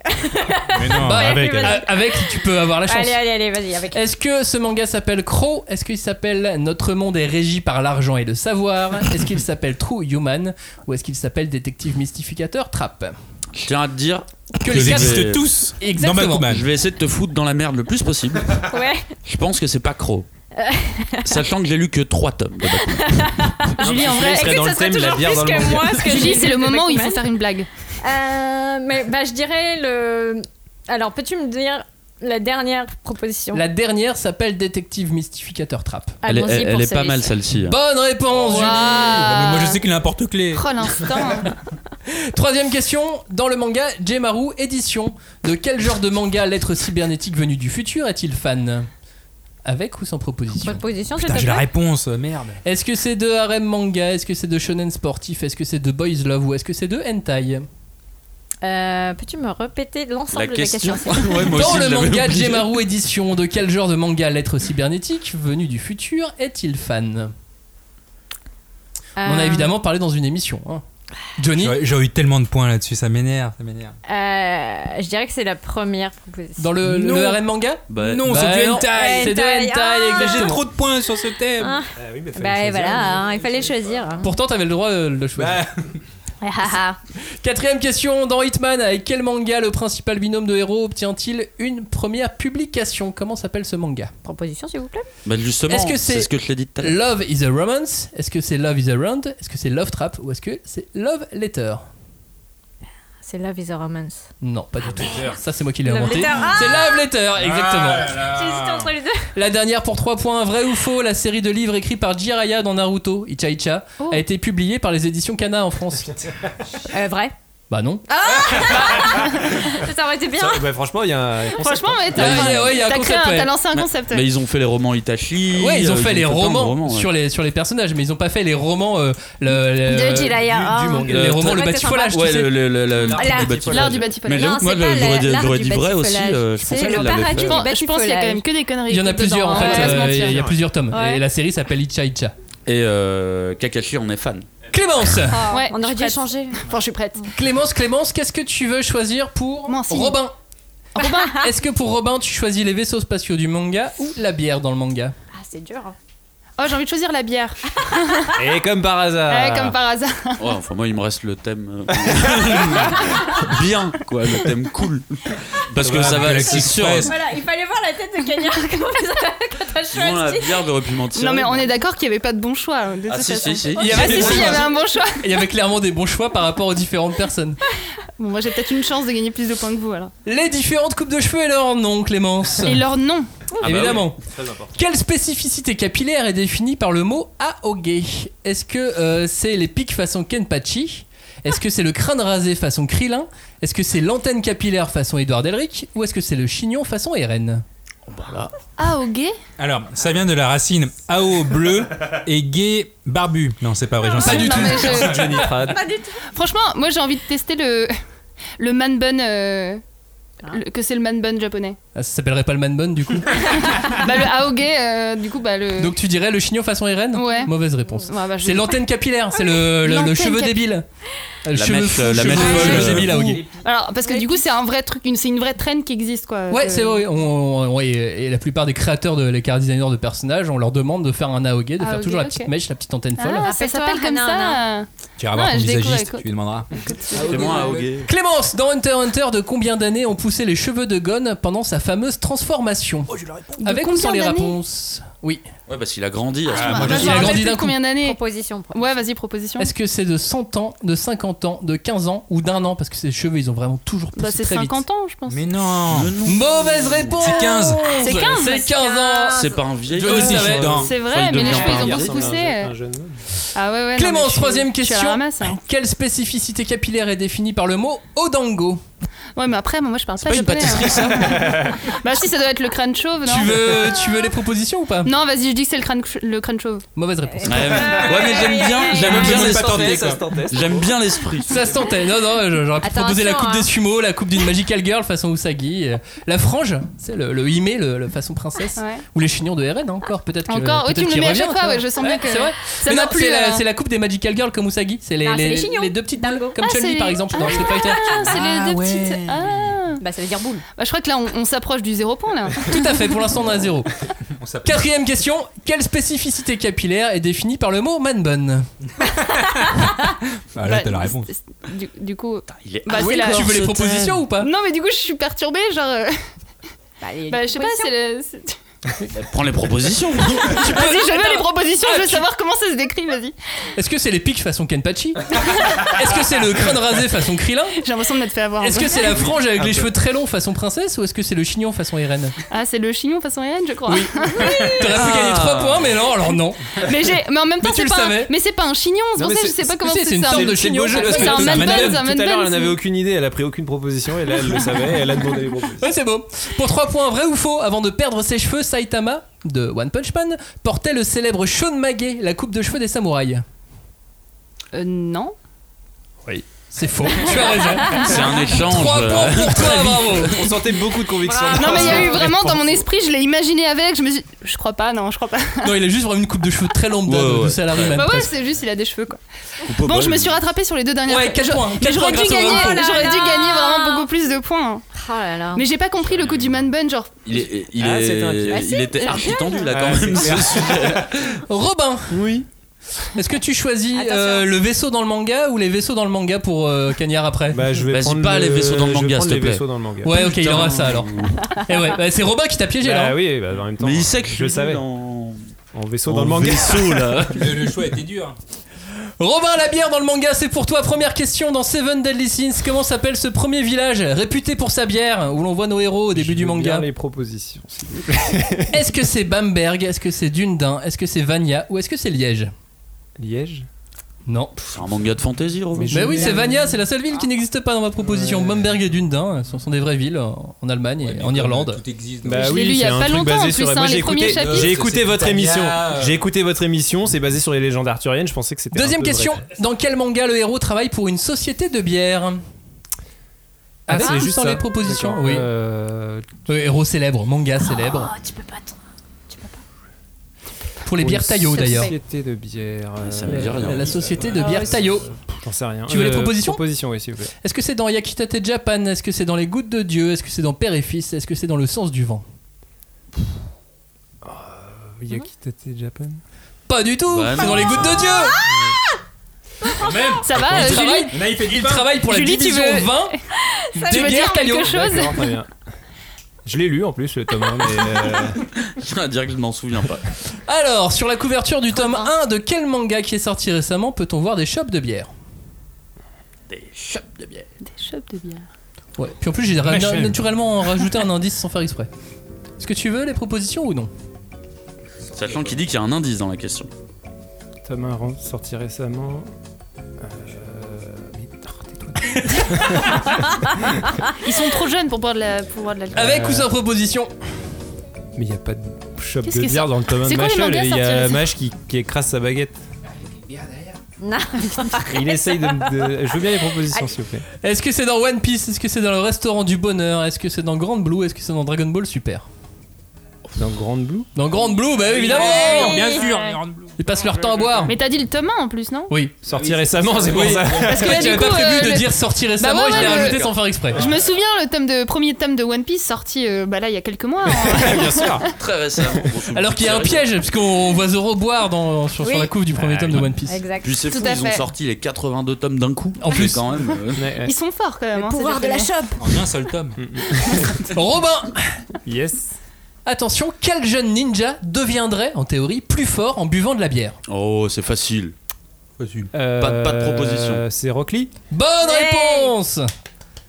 [SPEAKER 2] Mais non,
[SPEAKER 1] Bah,
[SPEAKER 2] avec.
[SPEAKER 3] *laughs*
[SPEAKER 5] Euh,
[SPEAKER 3] vas-y.
[SPEAKER 1] A- Avec, tu peux avoir la chance.
[SPEAKER 3] Allez, allez, allez, vas-y avec.
[SPEAKER 1] Est-ce que ce manga s'appelle Crow Est-ce qu'il s'appelle Notre monde est régi par l'argent et le savoir Est-ce qu'il s'appelle True Human Ou est-ce qu'il s'appelle Détective Mystificateur Trap
[SPEAKER 4] Je tiens à te dire,
[SPEAKER 1] Que
[SPEAKER 2] Ils
[SPEAKER 1] les quatre-
[SPEAKER 2] existent tous
[SPEAKER 1] Exactement.
[SPEAKER 2] dans
[SPEAKER 4] je
[SPEAKER 2] Bakuman.
[SPEAKER 4] vais essayer de te foutre dans la merde le plus possible.
[SPEAKER 3] Ouais.
[SPEAKER 4] Je pense que c'est pas Crow. Sachant que j'ai lu que 3 tomes. de Batman.
[SPEAKER 5] Julie, en vrai.
[SPEAKER 8] serait
[SPEAKER 3] Écoute,
[SPEAKER 8] dans
[SPEAKER 3] ça
[SPEAKER 8] le
[SPEAKER 3] serait
[SPEAKER 8] thème, la
[SPEAKER 3] toujours
[SPEAKER 8] bière
[SPEAKER 3] plus
[SPEAKER 8] dans le
[SPEAKER 3] que
[SPEAKER 8] manga.
[SPEAKER 3] moi ce que
[SPEAKER 5] Julie,
[SPEAKER 3] j'ai *laughs*
[SPEAKER 5] c'est
[SPEAKER 3] dit
[SPEAKER 5] le
[SPEAKER 3] de
[SPEAKER 5] moment où il faut
[SPEAKER 3] Batman.
[SPEAKER 5] faire une blague.
[SPEAKER 3] Euh, mais bah je dirais le Alors, peux-tu me dire la dernière proposition
[SPEAKER 1] La dernière s'appelle Détective Mystificateur Trap.
[SPEAKER 4] Elle est,
[SPEAKER 3] Allons-y
[SPEAKER 4] elle-
[SPEAKER 3] Ah, pour
[SPEAKER 4] elle est pas
[SPEAKER 3] celui-ci.
[SPEAKER 4] mal celle-ci. hein.
[SPEAKER 1] Bonne réponse, Julie.
[SPEAKER 5] Euh,
[SPEAKER 2] Ah, Mais moi je sais qu'il a un porte-clé.
[SPEAKER 5] Oh l'instant.
[SPEAKER 1] Troisième question, dans le manga Jemaru Édition, de quel genre de manga l'être cybernétique venu du futur est-il fan Avec ou sans proposition
[SPEAKER 3] Proposition, s'il
[SPEAKER 2] Putain,
[SPEAKER 3] te
[SPEAKER 2] j'ai la
[SPEAKER 3] plaît.
[SPEAKER 2] réponse, euh, merde.
[SPEAKER 1] Est-ce que c'est de harem manga Est-ce que c'est de shonen sportif Est-ce que c'est de boys love Ou est-ce que c'est de hentai
[SPEAKER 3] Euh, Peux-tu me répéter l'ensemble de la question s'il te plaît
[SPEAKER 4] Ouais, moi
[SPEAKER 1] Dans
[SPEAKER 4] aussi,
[SPEAKER 1] le
[SPEAKER 4] je l'avais
[SPEAKER 1] manga
[SPEAKER 4] oublié.
[SPEAKER 1] Jemaru Édition, de quel genre de manga l'être cybernétique venu du futur est-il fan On a
[SPEAKER 3] Euh,
[SPEAKER 1] évidemment parlé dans une émission. hein. Johnny,
[SPEAKER 2] J'aurais j'aurais eu tellement de points là-dessus, ça m'énerve, ça m'énerve.
[SPEAKER 3] euh, je dirais que c'est la première proposition.
[SPEAKER 1] dans le, le
[SPEAKER 2] Non.
[SPEAKER 1] harem manga
[SPEAKER 4] *laughs* Bah,
[SPEAKER 2] Non,
[SPEAKER 1] Bah
[SPEAKER 2] c'est du
[SPEAKER 1] non.
[SPEAKER 2] hentai.
[SPEAKER 1] C'est de hentai,
[SPEAKER 3] Hentai, ah.
[SPEAKER 2] J'ai
[SPEAKER 1] exactement.
[SPEAKER 2] trop de points sur ce thème.
[SPEAKER 3] Ah. Bah et voilà, hein, il fallait choisir. hein.
[SPEAKER 1] Pourtant, t'avais le droit euh, de le choisir.
[SPEAKER 2] Bah,
[SPEAKER 3] Ah, ah, ah.
[SPEAKER 1] Quatrième question dans Hitman, avec quel manga le principal binôme de héros obtient-il une première publication Comment s'appelle ce manga
[SPEAKER 3] Proposition, s'il vous plaît.
[SPEAKER 4] Bah justement,
[SPEAKER 1] Est-ce que
[SPEAKER 4] c'est
[SPEAKER 1] c'est-
[SPEAKER 4] ce que je l'ai dit tout à l'heure.
[SPEAKER 1] Love is a romance Est-ce que c'est Love is a round Est-ce que c'est Love Trap Ou est-ce que c'est Love Letter
[SPEAKER 3] C'est Love is a Romance.
[SPEAKER 1] Non, pas
[SPEAKER 2] Ah,
[SPEAKER 1] du tout. Ça, c'est moi qui l'ai
[SPEAKER 3] Love
[SPEAKER 1] inventé.
[SPEAKER 3] Letter. Ah
[SPEAKER 1] C'est Love Letter, exactement.
[SPEAKER 3] J'ai hésité entre les deux.
[SPEAKER 1] La dernière pour 3 points, vrai ou faux, la série de livres écrits par Jiraiya dans Naruto, Icha Icha,
[SPEAKER 3] Oh.
[SPEAKER 1] a été publiée par les éditions Kana en France.
[SPEAKER 2] *laughs*
[SPEAKER 3] Euh, vrai.
[SPEAKER 1] bah non.
[SPEAKER 3] *laughs* Ça aurait été bien.
[SPEAKER 8] Ça- bah, franchement, il y a un concept.
[SPEAKER 5] Franchement,
[SPEAKER 1] Ah,
[SPEAKER 5] ouais,
[SPEAKER 1] il y a-
[SPEAKER 5] t'as
[SPEAKER 1] ouais, il y a un
[SPEAKER 5] t'as créé
[SPEAKER 1] concept,
[SPEAKER 5] un-
[SPEAKER 1] ouais.
[SPEAKER 5] t'as lancé un
[SPEAKER 4] Mais-
[SPEAKER 5] concept.
[SPEAKER 4] Mais ils ont fait les romans Itachi.
[SPEAKER 1] Ouais, ils ont
[SPEAKER 4] euh,
[SPEAKER 1] fait les
[SPEAKER 4] plein de
[SPEAKER 1] romans,
[SPEAKER 4] ouais.
[SPEAKER 1] sur, les, sur les personnages, mais ils ont pas fait les romans. euh, le- le-
[SPEAKER 3] De Jiraya.
[SPEAKER 8] du- du
[SPEAKER 3] ah.
[SPEAKER 8] manga.
[SPEAKER 1] les
[SPEAKER 4] Euh,
[SPEAKER 1] romans, le
[SPEAKER 3] ouais, c'est
[SPEAKER 1] batifolage, tu
[SPEAKER 4] Ouais,
[SPEAKER 1] sais.
[SPEAKER 4] le, le, le, le-
[SPEAKER 8] L'art
[SPEAKER 4] le
[SPEAKER 3] du
[SPEAKER 4] batifolage.
[SPEAKER 5] L'art du batifolage.
[SPEAKER 4] Mais
[SPEAKER 3] Non,
[SPEAKER 4] j'avoue que moi,
[SPEAKER 3] c'est pas
[SPEAKER 4] j'aurais
[SPEAKER 3] la-
[SPEAKER 4] dit-
[SPEAKER 3] l'art
[SPEAKER 4] j'aurais
[SPEAKER 3] du
[SPEAKER 4] dit vrai aussi.
[SPEAKER 3] batifolage.
[SPEAKER 4] euh, Je
[SPEAKER 3] C'est
[SPEAKER 4] pensais
[SPEAKER 3] le
[SPEAKER 4] qu'elle l'avait
[SPEAKER 3] paradis.
[SPEAKER 5] Je
[SPEAKER 4] fait.
[SPEAKER 5] pense, je pense qu'il y a quand
[SPEAKER 3] Batifolage.
[SPEAKER 5] même que des conneries.
[SPEAKER 1] Il y en a
[SPEAKER 5] dedans,
[SPEAKER 1] plusieurs en
[SPEAKER 5] hein, on va
[SPEAKER 1] fait,
[SPEAKER 5] pas se
[SPEAKER 1] euh, il
[SPEAKER 5] mentir.
[SPEAKER 1] y a plusieurs tomes.
[SPEAKER 3] Ouais.
[SPEAKER 1] Et la série s'appelle Icha Icha.
[SPEAKER 4] Et euh, Kakashi en est fan.
[SPEAKER 3] *laughs*
[SPEAKER 1] Clémence
[SPEAKER 3] Ah,
[SPEAKER 5] Ouais,
[SPEAKER 3] on
[SPEAKER 5] je
[SPEAKER 3] aurait
[SPEAKER 5] suis
[SPEAKER 3] dû
[SPEAKER 5] prête.
[SPEAKER 3] changer.
[SPEAKER 5] Enfin, je suis *laughs* prête.
[SPEAKER 1] Clémence, Clémence, qu'est-ce que tu veux choisir pour
[SPEAKER 5] Moi, si.
[SPEAKER 1] Robin
[SPEAKER 3] Ah.
[SPEAKER 1] Est-ce que pour Robin tu choisis les vaisseaux spatiaux du manga ou la bière dans le manga
[SPEAKER 3] Ah, c'est dur.
[SPEAKER 5] Oh, j'ai envie de choisir la bière.
[SPEAKER 8] Et comme par hasard.
[SPEAKER 1] Ah.
[SPEAKER 5] Ouais, comme par hasard.
[SPEAKER 4] Ouais, enfin, moi, il me reste le thème. euh, *laughs* Bien, quoi, le thème cool. Parce que
[SPEAKER 2] Ouais,
[SPEAKER 4] ça
[SPEAKER 2] mais
[SPEAKER 4] va,
[SPEAKER 2] la
[SPEAKER 4] c'est sûr.
[SPEAKER 2] question-
[SPEAKER 3] Voilà, il fallait voir la tête de Kenya *laughs* quand t'as
[SPEAKER 4] Sinon, la
[SPEAKER 3] choisi.
[SPEAKER 4] bière aurait pu mentir.
[SPEAKER 5] Non, mais on est d'accord qu'il n'y avait pas de bon choix. hein, De
[SPEAKER 4] Ah,
[SPEAKER 5] toute
[SPEAKER 4] si,
[SPEAKER 5] façon.
[SPEAKER 4] si, si.
[SPEAKER 1] Il y avait
[SPEAKER 5] Ah,
[SPEAKER 1] des
[SPEAKER 5] si,
[SPEAKER 1] bons
[SPEAKER 5] si, il y
[SPEAKER 1] choix.
[SPEAKER 5] avait un bon choix.
[SPEAKER 1] Il y avait clairement des bons choix par rapport aux différentes personnes.
[SPEAKER 5] Bon, moi j'ai peut-être une chance de gagner plus de points que vous alors.
[SPEAKER 1] Les différentes coupes de cheveux et leur nom, Clémence.
[SPEAKER 5] Et leur nom
[SPEAKER 4] bah
[SPEAKER 1] Évidemment.
[SPEAKER 8] Ah Très important.
[SPEAKER 1] Quelle spécificité capillaire est définie par le mot aoge Est-ce que euh, c'est les pics façon Kenpachi Est-ce que c'est le crâne rasé façon Krillin Est-ce que c'est l'antenne capillaire façon Édouard Elric Ou est-ce que c'est le chignon façon Eren
[SPEAKER 5] Ah, au gay
[SPEAKER 2] Alors, ça vient de la racine AO bleu et gay barbu. Non, c'est pas vrai, j'en sais
[SPEAKER 1] Ah, du
[SPEAKER 2] rien.
[SPEAKER 5] Non,
[SPEAKER 1] tout.
[SPEAKER 5] mais
[SPEAKER 1] *laughs*
[SPEAKER 5] je-
[SPEAKER 8] Johnny Trad.
[SPEAKER 5] Franchement, moi j'ai envie de tester le, le man bun. euh, le- que c'est le man bun japonais.
[SPEAKER 1] Ah, Ça s'appellerait pas le man bun du
[SPEAKER 4] *laughs*
[SPEAKER 1] coup
[SPEAKER 5] bah, le aoge, euh, du coup, bah le.
[SPEAKER 1] Ah. Donc tu dirais le chignon façon Eren
[SPEAKER 5] Ouais.
[SPEAKER 1] Mauvaise réponse.
[SPEAKER 5] Ouais, bah, je-
[SPEAKER 1] C'est l'antenne capillaire, c'est le, le- le
[SPEAKER 5] L'antenne
[SPEAKER 1] cheveu
[SPEAKER 5] cap-
[SPEAKER 1] débile. Euh, Le
[SPEAKER 4] La
[SPEAKER 1] cheveu
[SPEAKER 4] mèche,
[SPEAKER 1] fou,
[SPEAKER 4] euh, la
[SPEAKER 1] cheveu-
[SPEAKER 4] mèche
[SPEAKER 1] cheveu
[SPEAKER 4] folle, euh,
[SPEAKER 1] débile, aoge.
[SPEAKER 5] Alors, parce que du coup, c'est un vrai truc, une- c'est une vraie traîne qui existe quoi.
[SPEAKER 1] Ouais,
[SPEAKER 5] que-
[SPEAKER 1] c'est vrai. on- on- on- et, et la plupart des créateurs, de, les car designers de personnages, on leur demande de faire un AOG, de faire
[SPEAKER 5] AOG,
[SPEAKER 1] toujours la petite
[SPEAKER 5] Ah, ok.
[SPEAKER 1] mèche, la petite antenne folle.
[SPEAKER 5] Ah, ça s'appelle
[SPEAKER 3] Rappelle-toi,
[SPEAKER 5] comme
[SPEAKER 3] Hannah,
[SPEAKER 5] ça.
[SPEAKER 2] Tu vas
[SPEAKER 4] Ah,
[SPEAKER 2] voir
[SPEAKER 5] Ouais,
[SPEAKER 2] ton
[SPEAKER 5] je découvre
[SPEAKER 2] visagiste,
[SPEAKER 5] avec-
[SPEAKER 2] tu lui demanderas.
[SPEAKER 4] C'est
[SPEAKER 5] Ah,
[SPEAKER 4] moi, ah, Aoge.
[SPEAKER 1] Clémence, dans Hunter x Hunter, de combien d'années ont poussé les cheveux de Gon pendant sa fameuse transformation Avec ou sans
[SPEAKER 5] combien
[SPEAKER 1] les
[SPEAKER 5] d'années
[SPEAKER 1] réponses Oui.
[SPEAKER 4] Ouais, parce qu'il a grandi. à ce
[SPEAKER 5] Ah,
[SPEAKER 4] moment-là.
[SPEAKER 5] moi,
[SPEAKER 1] je
[SPEAKER 5] je
[SPEAKER 1] sais.
[SPEAKER 5] me
[SPEAKER 1] Il a grandi
[SPEAKER 5] rappelle
[SPEAKER 1] d'un
[SPEAKER 5] plus
[SPEAKER 1] coup.
[SPEAKER 5] combien d'années
[SPEAKER 3] Proposition. pro-
[SPEAKER 5] Ouais, vas-y, proposition.
[SPEAKER 1] Est-ce que c'est de 100 ans, de 50 ans, de 15 ans ou d'un an Parce que ces cheveux, ils ont vraiment toujours poussé
[SPEAKER 5] Bah, c'est
[SPEAKER 1] très
[SPEAKER 5] 50
[SPEAKER 1] vite.
[SPEAKER 5] ans, je pense.
[SPEAKER 2] Mais non
[SPEAKER 1] Mauvaise réponse
[SPEAKER 2] C'est 15.
[SPEAKER 5] C'est 15.
[SPEAKER 1] C'est 15 ans
[SPEAKER 4] C'est pas un vieil.
[SPEAKER 1] Je le
[SPEAKER 4] homme.
[SPEAKER 1] savais.
[SPEAKER 2] Non.
[SPEAKER 5] C'est
[SPEAKER 2] Faut le
[SPEAKER 5] vrai, mais les
[SPEAKER 2] devenir
[SPEAKER 5] cheveux,
[SPEAKER 2] par
[SPEAKER 5] ils ont
[SPEAKER 2] un
[SPEAKER 5] beaucoup
[SPEAKER 8] ressemble à un
[SPEAKER 5] poussé.
[SPEAKER 8] jeune- un
[SPEAKER 5] euh.
[SPEAKER 8] jeune homme.
[SPEAKER 5] Ah ouais, ouais. non,
[SPEAKER 1] Clémence,
[SPEAKER 5] mais je suis-
[SPEAKER 1] troisième
[SPEAKER 5] je suis à la
[SPEAKER 1] question.
[SPEAKER 5] ramasse, hein.
[SPEAKER 1] Quelle spécificité capillaire est définie par le mot Odango
[SPEAKER 5] Ouais, mais après, moi, je parle pas,
[SPEAKER 4] pas une
[SPEAKER 5] japonais,
[SPEAKER 4] pâtisserie,
[SPEAKER 5] hein. bah, si, ça doit être le crâne chauve, non
[SPEAKER 1] tu veux, tu veux les propositions ou pas
[SPEAKER 5] Non, vas-y, je dis que c'est le crâne, le crâne chauve.
[SPEAKER 1] Mauvaise réponse.
[SPEAKER 4] Ouais, mais- ouais, mais j'aime bien, j'aime bien
[SPEAKER 2] pas
[SPEAKER 4] l'esprit.
[SPEAKER 2] tenté,
[SPEAKER 8] Ça
[SPEAKER 2] quoi.
[SPEAKER 8] se tentait.
[SPEAKER 4] J'aime bien l'esprit.
[SPEAKER 1] Ça se tentait. Non, non, je- j'aurais pu
[SPEAKER 3] Attention,
[SPEAKER 1] proposer la coupe
[SPEAKER 3] hein.
[SPEAKER 1] des sumo, la coupe d'une magical girl façon Usagi, euh, la frange, c'est le, le hime, le, le façon princesse,
[SPEAKER 5] Ouais.
[SPEAKER 1] ou les chignons de RN encore, peut-être que-
[SPEAKER 5] Ah. Encore Oui,
[SPEAKER 1] peut-être
[SPEAKER 5] tu me le
[SPEAKER 1] qu'il
[SPEAKER 5] mets à
[SPEAKER 1] revient,
[SPEAKER 5] chaque fois,
[SPEAKER 1] quoi.
[SPEAKER 5] ouais, je sens bien que-
[SPEAKER 1] C'est vrai.
[SPEAKER 5] Ça
[SPEAKER 1] Mais
[SPEAKER 5] m'a
[SPEAKER 1] non,
[SPEAKER 5] plu.
[SPEAKER 1] c'est la,
[SPEAKER 5] euh.
[SPEAKER 1] c'est la coupe des magical girls comme Usagi, c'est les,
[SPEAKER 3] Ah, c'est
[SPEAKER 1] les,
[SPEAKER 3] les chignons.
[SPEAKER 1] les deux petites boules, comme
[SPEAKER 5] Ah,
[SPEAKER 1] Chun-Li
[SPEAKER 5] c'est-
[SPEAKER 1] par exemple dans Street Fighter.
[SPEAKER 5] *laughs* Ah, c'est les deux
[SPEAKER 1] ouais.
[SPEAKER 5] petites. Ah.
[SPEAKER 3] Bah, ça veut dire boule.
[SPEAKER 5] Bah, je crois que là, on, on s'approche du zéro point, là.
[SPEAKER 1] Tout à fait, pour l'instant on est à zéro.
[SPEAKER 2] *laughs* On s'appelle-
[SPEAKER 1] Quatrième question, quelle spécificité capillaire est définie par le mot man bun
[SPEAKER 2] Ah, là,
[SPEAKER 5] Bah,
[SPEAKER 2] t'as la réponse.
[SPEAKER 5] c'est- Du, du coup.
[SPEAKER 4] Il est
[SPEAKER 5] Bah, c'est la.
[SPEAKER 1] Tu veux les propositions ou pas
[SPEAKER 5] Non, mais du coup, je suis perturbée, genre. euh,
[SPEAKER 3] Bah, les-
[SPEAKER 5] Bah,
[SPEAKER 3] les
[SPEAKER 5] je sais pas,
[SPEAKER 3] propositions.
[SPEAKER 5] c'est le. c'est-
[SPEAKER 4] Prends les propositions.
[SPEAKER 5] Vas-y, je veux les propositions,
[SPEAKER 1] Ah,
[SPEAKER 5] je veux
[SPEAKER 1] tu-
[SPEAKER 5] savoir comment ça se décrit, vas-y.
[SPEAKER 1] Est-ce que c'est les pics façon Kenpachi Est-ce que c'est le crâne rasé façon Krillin
[SPEAKER 5] J'ai l'impression de m'être fait avoir. un
[SPEAKER 1] Est-ce
[SPEAKER 5] peu.
[SPEAKER 1] que
[SPEAKER 8] Ah
[SPEAKER 1] c'est la frange avec
[SPEAKER 8] Un
[SPEAKER 1] les
[SPEAKER 8] peu.
[SPEAKER 1] cheveux très longs façon princesse ou est-ce que c'est le chignon façon Irène
[SPEAKER 5] Ah, c'est le chignon façon Ariane, je crois.
[SPEAKER 1] T'aurais pu gagner 3 points, mais non, alors non.
[SPEAKER 5] Mais, j'ai... mais en même
[SPEAKER 1] Mais
[SPEAKER 5] temps,
[SPEAKER 1] tu
[SPEAKER 5] c'est
[SPEAKER 1] le
[SPEAKER 5] pas.
[SPEAKER 1] savais.
[SPEAKER 5] Un... Mais c'est pas un chignon, c'est
[SPEAKER 8] Non,
[SPEAKER 5] pour
[SPEAKER 8] mais
[SPEAKER 5] ça que je
[SPEAKER 8] c'est-
[SPEAKER 5] sais pas
[SPEAKER 1] c'est-
[SPEAKER 5] comment
[SPEAKER 1] c'est une
[SPEAKER 5] ça.
[SPEAKER 1] sorte de
[SPEAKER 8] le
[SPEAKER 1] chignon,
[SPEAKER 8] beau jeu,
[SPEAKER 1] je-
[SPEAKER 8] parce
[SPEAKER 5] c'est
[SPEAKER 8] que
[SPEAKER 5] un
[SPEAKER 8] tout à
[SPEAKER 5] man
[SPEAKER 8] l'heure-
[SPEAKER 5] bun, c'est un man
[SPEAKER 8] Tout à l'heure,
[SPEAKER 5] bun,
[SPEAKER 8] elle n'avait
[SPEAKER 5] c'est-
[SPEAKER 8] aucune idée, elle a pris aucune proposition, elle, elle le savait, elle a demandé les propositions.
[SPEAKER 1] Ouais, c'est bon. Pour 3 points, vrai ou faux, avant de perdre ses cheveux, Saitama de One Punch Man portait le célèbre Shonmage, la coupe de cheveux des samouraïs.
[SPEAKER 5] Euh, non.
[SPEAKER 1] C'est
[SPEAKER 8] *laughs*
[SPEAKER 1] faux, tu as raison.
[SPEAKER 4] C'est un
[SPEAKER 1] 3 points
[SPEAKER 4] échange. euh.
[SPEAKER 1] pour toi, bravo.
[SPEAKER 8] On sentait beaucoup de
[SPEAKER 3] Bah,
[SPEAKER 8] conviction.
[SPEAKER 3] ah,
[SPEAKER 5] Non, mais il
[SPEAKER 3] *laughs*
[SPEAKER 5] y a eu
[SPEAKER 3] Oh
[SPEAKER 5] vraiment dans mon esprit, je l'ai imaginé avec, je me suis. Je crois pas, non, je crois pas.
[SPEAKER 1] Non, il a juste vraiment une coupe de cheveux très lambda
[SPEAKER 4] Ouais,
[SPEAKER 1] de,
[SPEAKER 4] ouais.
[SPEAKER 1] salarié
[SPEAKER 5] Bah ouais, c'est juste, il a des cheveux, quoi.
[SPEAKER 4] Coupe au
[SPEAKER 5] Bon,
[SPEAKER 4] bol.
[SPEAKER 5] je me suis rattrapée sur les deux dernières.
[SPEAKER 1] Ouais, 4
[SPEAKER 5] Je-
[SPEAKER 1] points.
[SPEAKER 5] Mais
[SPEAKER 1] 4 points
[SPEAKER 5] j'aurais dû
[SPEAKER 1] grâce au
[SPEAKER 5] gagner,
[SPEAKER 1] vrai ou
[SPEAKER 3] là
[SPEAKER 5] j'aurais dû
[SPEAKER 3] là.
[SPEAKER 5] gagner vraiment beaucoup plus de points.
[SPEAKER 3] Oh là là.
[SPEAKER 5] Mais j'ai pas compris le coup du man bun, genre.
[SPEAKER 4] Il est, il
[SPEAKER 8] Ah,
[SPEAKER 4] est-
[SPEAKER 8] c'est un-
[SPEAKER 4] il
[SPEAKER 8] Ah,
[SPEAKER 5] Bah,
[SPEAKER 4] était archi tendu là
[SPEAKER 8] Ah,
[SPEAKER 4] quand même.
[SPEAKER 8] c'est clair.
[SPEAKER 4] ce sujet.
[SPEAKER 1] faux. Robin,
[SPEAKER 8] Oui.
[SPEAKER 1] est-ce que tu choisis
[SPEAKER 3] Attention.
[SPEAKER 1] euh, le vaisseau dans le manga ou les vaisseaux dans le manga pour euh, Cagnard après
[SPEAKER 8] Bah, je vais
[SPEAKER 4] Vas-y,
[SPEAKER 8] prendre
[SPEAKER 4] pas
[SPEAKER 8] le-
[SPEAKER 4] les vaisseaux dans le
[SPEAKER 8] je vais
[SPEAKER 4] manga,
[SPEAKER 8] prendre
[SPEAKER 4] s'il te
[SPEAKER 8] les
[SPEAKER 4] plaît.
[SPEAKER 8] vaisseaux dans le manga.
[SPEAKER 1] Ouais, ok, il aura ça alors. *laughs* Eh ouais, bah, c'est Robin qui t'a piégé là.
[SPEAKER 8] hein.
[SPEAKER 1] hein.
[SPEAKER 8] Bah oui, bah, en même
[SPEAKER 4] *laughs*
[SPEAKER 8] temps.
[SPEAKER 4] Mais il sait que
[SPEAKER 8] je le savais.
[SPEAKER 4] dans-
[SPEAKER 8] En vaisseau
[SPEAKER 4] en
[SPEAKER 8] dans le
[SPEAKER 2] *laughs*
[SPEAKER 8] manga.
[SPEAKER 4] vaisseau là.
[SPEAKER 2] Le, le choix était dur.
[SPEAKER 1] Robin la bière dans le manga, c'est pour toi. Première question dans Seven Deadly Sins. Comment s'appelle ce premier village réputé pour sa bière où l'on voit nos héros au début du manga
[SPEAKER 8] les propositions.
[SPEAKER 1] Est-ce que c'est Bamberg Est-ce que c'est Dundin Est-ce que c'est Vania Ou est-ce que c'est Liège
[SPEAKER 8] Liège
[SPEAKER 1] Non.
[SPEAKER 4] C'est un manga de fantasy, Robin.
[SPEAKER 1] Mais oui, c'est Vania, c'est la seule ville qui n'existe pas dans ma proposition. Bamberg et Dundin ce sont des vraies villes euh, en Allemagne et en Irlande.
[SPEAKER 6] Tout existe.
[SPEAKER 8] Bah
[SPEAKER 5] Je l'ai
[SPEAKER 8] oui,
[SPEAKER 5] lu il y a
[SPEAKER 8] c'est un
[SPEAKER 5] pas
[SPEAKER 8] truc
[SPEAKER 5] longtemps,
[SPEAKER 8] basé
[SPEAKER 5] en
[SPEAKER 8] sur-
[SPEAKER 5] plus,
[SPEAKER 8] moi,
[SPEAKER 5] hein,
[SPEAKER 8] j'ai
[SPEAKER 5] les premiers
[SPEAKER 8] écouté- euh,
[SPEAKER 5] chapitres.
[SPEAKER 8] J'ai écouté
[SPEAKER 6] C'est
[SPEAKER 8] votre
[SPEAKER 6] Britannia,
[SPEAKER 8] émission.
[SPEAKER 6] euh.
[SPEAKER 8] J'ai écouté votre émission, c'est basé sur les légendes arthuriennes, je pensais que c'était. un
[SPEAKER 1] Deuxième
[SPEAKER 8] peu vrai.
[SPEAKER 1] question dans quel manga le héros travaille pour une société de bière
[SPEAKER 8] Ah,
[SPEAKER 1] Avec
[SPEAKER 8] c'est
[SPEAKER 1] ou
[SPEAKER 8] juste
[SPEAKER 1] sans
[SPEAKER 8] ça.
[SPEAKER 1] les propositions
[SPEAKER 8] D'accord.
[SPEAKER 1] Oui.
[SPEAKER 8] Euh,
[SPEAKER 1] Euh, héros célèbre,
[SPEAKER 5] Ah,
[SPEAKER 1] manga célèbre.
[SPEAKER 10] tu peux pas te-
[SPEAKER 1] Pour les bières
[SPEAKER 8] une
[SPEAKER 1] Taillot d'ailleurs.
[SPEAKER 8] Société de bière.
[SPEAKER 6] Ah,
[SPEAKER 8] euh,
[SPEAKER 4] Ça me dit
[SPEAKER 1] La,
[SPEAKER 4] rien.
[SPEAKER 1] la société de
[SPEAKER 3] Ah
[SPEAKER 1] bière
[SPEAKER 3] ouais,
[SPEAKER 1] Taillot.
[SPEAKER 8] J'en sais rien. Euh,
[SPEAKER 1] Tu veux les propositions
[SPEAKER 8] Propositions, oui, s'il vous plaît.
[SPEAKER 1] Est-ce que c'est dans Yakitate Japan Est-ce que c'est dans Les Gouttes de Dieu Est-ce que c'est dans Père et Fils Est-ce que c'est dans Le Sens du Vent
[SPEAKER 5] Mhm.
[SPEAKER 8] Yakitate Japan.
[SPEAKER 1] Pas du tout
[SPEAKER 4] Bah
[SPEAKER 1] C'est
[SPEAKER 4] non.
[SPEAKER 1] dans Les Gouttes de Dieu
[SPEAKER 6] Même
[SPEAKER 5] Ça va,
[SPEAKER 1] Il
[SPEAKER 5] euh, Ah, Julie
[SPEAKER 1] travaille, il travaille pour la
[SPEAKER 5] Julie, tu
[SPEAKER 1] division
[SPEAKER 5] veux- *laughs*
[SPEAKER 1] 20
[SPEAKER 5] tu
[SPEAKER 1] des
[SPEAKER 5] veux
[SPEAKER 1] bières
[SPEAKER 5] dire
[SPEAKER 1] Taillot.
[SPEAKER 5] quelque chose
[SPEAKER 8] D'accord, très bien. Je l'ai lu en plus, le tome 1, mais. euh,
[SPEAKER 4] *laughs* Je dire que Ah, je m'en souviens pas.
[SPEAKER 1] Alors, sur la couverture du tome 1 de quel manga qui est sorti récemment peut-on voir des shops de bière
[SPEAKER 4] Des chopes de bière.
[SPEAKER 5] Des chopes de bière.
[SPEAKER 1] Ouais. Puis en plus, j'ai ra-
[SPEAKER 2] Machin.
[SPEAKER 1] naturellement rajouté un indice sans faire exprès. Est-ce que tu veux les propositions ou non
[SPEAKER 4] Sachant qu'il dit qu'il y a un indice dans la question.
[SPEAKER 8] *laughs* Tome 1 rend- sorti récemment. Euh, mais- oh, tais-toi.
[SPEAKER 5] Ils sont trop jeunes pour boire de la- pour boire de l'alcool.
[SPEAKER 2] Euh.
[SPEAKER 1] Avec ou sans proposition
[SPEAKER 8] Mais il n'y a pas de shop
[SPEAKER 5] Qu'est-ce
[SPEAKER 8] de
[SPEAKER 5] qui
[SPEAKER 8] bière dans le tome 1 de
[SPEAKER 5] C'est quoi les
[SPEAKER 8] Machel
[SPEAKER 5] mangas
[SPEAKER 8] et il y
[SPEAKER 5] sortis
[SPEAKER 8] a
[SPEAKER 5] récemment
[SPEAKER 8] Mach qui, qui écrase sa baguette.
[SPEAKER 3] Non. *laughs*
[SPEAKER 8] Il essaye de, de- Je veux bien les propositions, s'il vous plaît.
[SPEAKER 1] Est-ce que c'est dans One Piece Est-ce que c'est dans le restaurant du bonheur Est-ce que c'est dans Grand Blue Est-ce que c'est dans Dragon Ball Super
[SPEAKER 8] Dans Grande Blue
[SPEAKER 1] Dans Grand Blue, bah évidemment
[SPEAKER 2] Bien sûr,
[SPEAKER 3] Ouais.
[SPEAKER 2] Iron Blue.
[SPEAKER 1] Ils passent leur temps à boire.
[SPEAKER 5] Mais t'as dit le tome 1 en plus, non
[SPEAKER 1] Oui.
[SPEAKER 8] Sorti récemment, c'est pour ça.
[SPEAKER 5] Parce que là,
[SPEAKER 1] J'avais
[SPEAKER 5] du coup,
[SPEAKER 1] pas prévu
[SPEAKER 5] euh,
[SPEAKER 1] de
[SPEAKER 5] le-
[SPEAKER 1] dire sortir récemment,
[SPEAKER 5] Bah ouais,
[SPEAKER 1] je l'ai
[SPEAKER 5] ouais,
[SPEAKER 1] rajouté
[SPEAKER 4] ouais.
[SPEAKER 1] sans faire exprès.
[SPEAKER 5] Je me souviens le tome de premier tome de One Piece sorti euh, bah là il y a quelques mois. hein.
[SPEAKER 4] Bien sûr. Très récemment.
[SPEAKER 1] Alors qu'il y a un piège, parce qu'on voit Zoro boire dans, sur, sur
[SPEAKER 3] Oui.
[SPEAKER 1] la couve du premier
[SPEAKER 2] Ouais,
[SPEAKER 1] tome de One Piece.
[SPEAKER 3] Exact.
[SPEAKER 4] Puis c'est
[SPEAKER 5] Tout
[SPEAKER 4] fou,
[SPEAKER 5] à
[SPEAKER 4] ils ont
[SPEAKER 5] fait.
[SPEAKER 4] sorti les 82 tomes d'un coup.
[SPEAKER 1] En
[SPEAKER 4] C'est
[SPEAKER 1] plus.
[SPEAKER 4] quand même. euh,
[SPEAKER 8] Ouais, ouais.
[SPEAKER 5] Ils sont forts quand même. hein, ces
[SPEAKER 10] Pouvoir de la
[SPEAKER 5] Japonais.
[SPEAKER 10] chope.
[SPEAKER 2] En un seul *laughs* tome.
[SPEAKER 1] Robin
[SPEAKER 8] Yes.
[SPEAKER 1] Attention, quel jeune ninja deviendrait, en théorie, plus fort en buvant de la bière
[SPEAKER 4] Oh, c'est facile.
[SPEAKER 8] Euh,
[SPEAKER 4] Pas- pas de proposition.
[SPEAKER 8] C'est Rock Lee
[SPEAKER 1] Bonne
[SPEAKER 3] Yay
[SPEAKER 1] réponse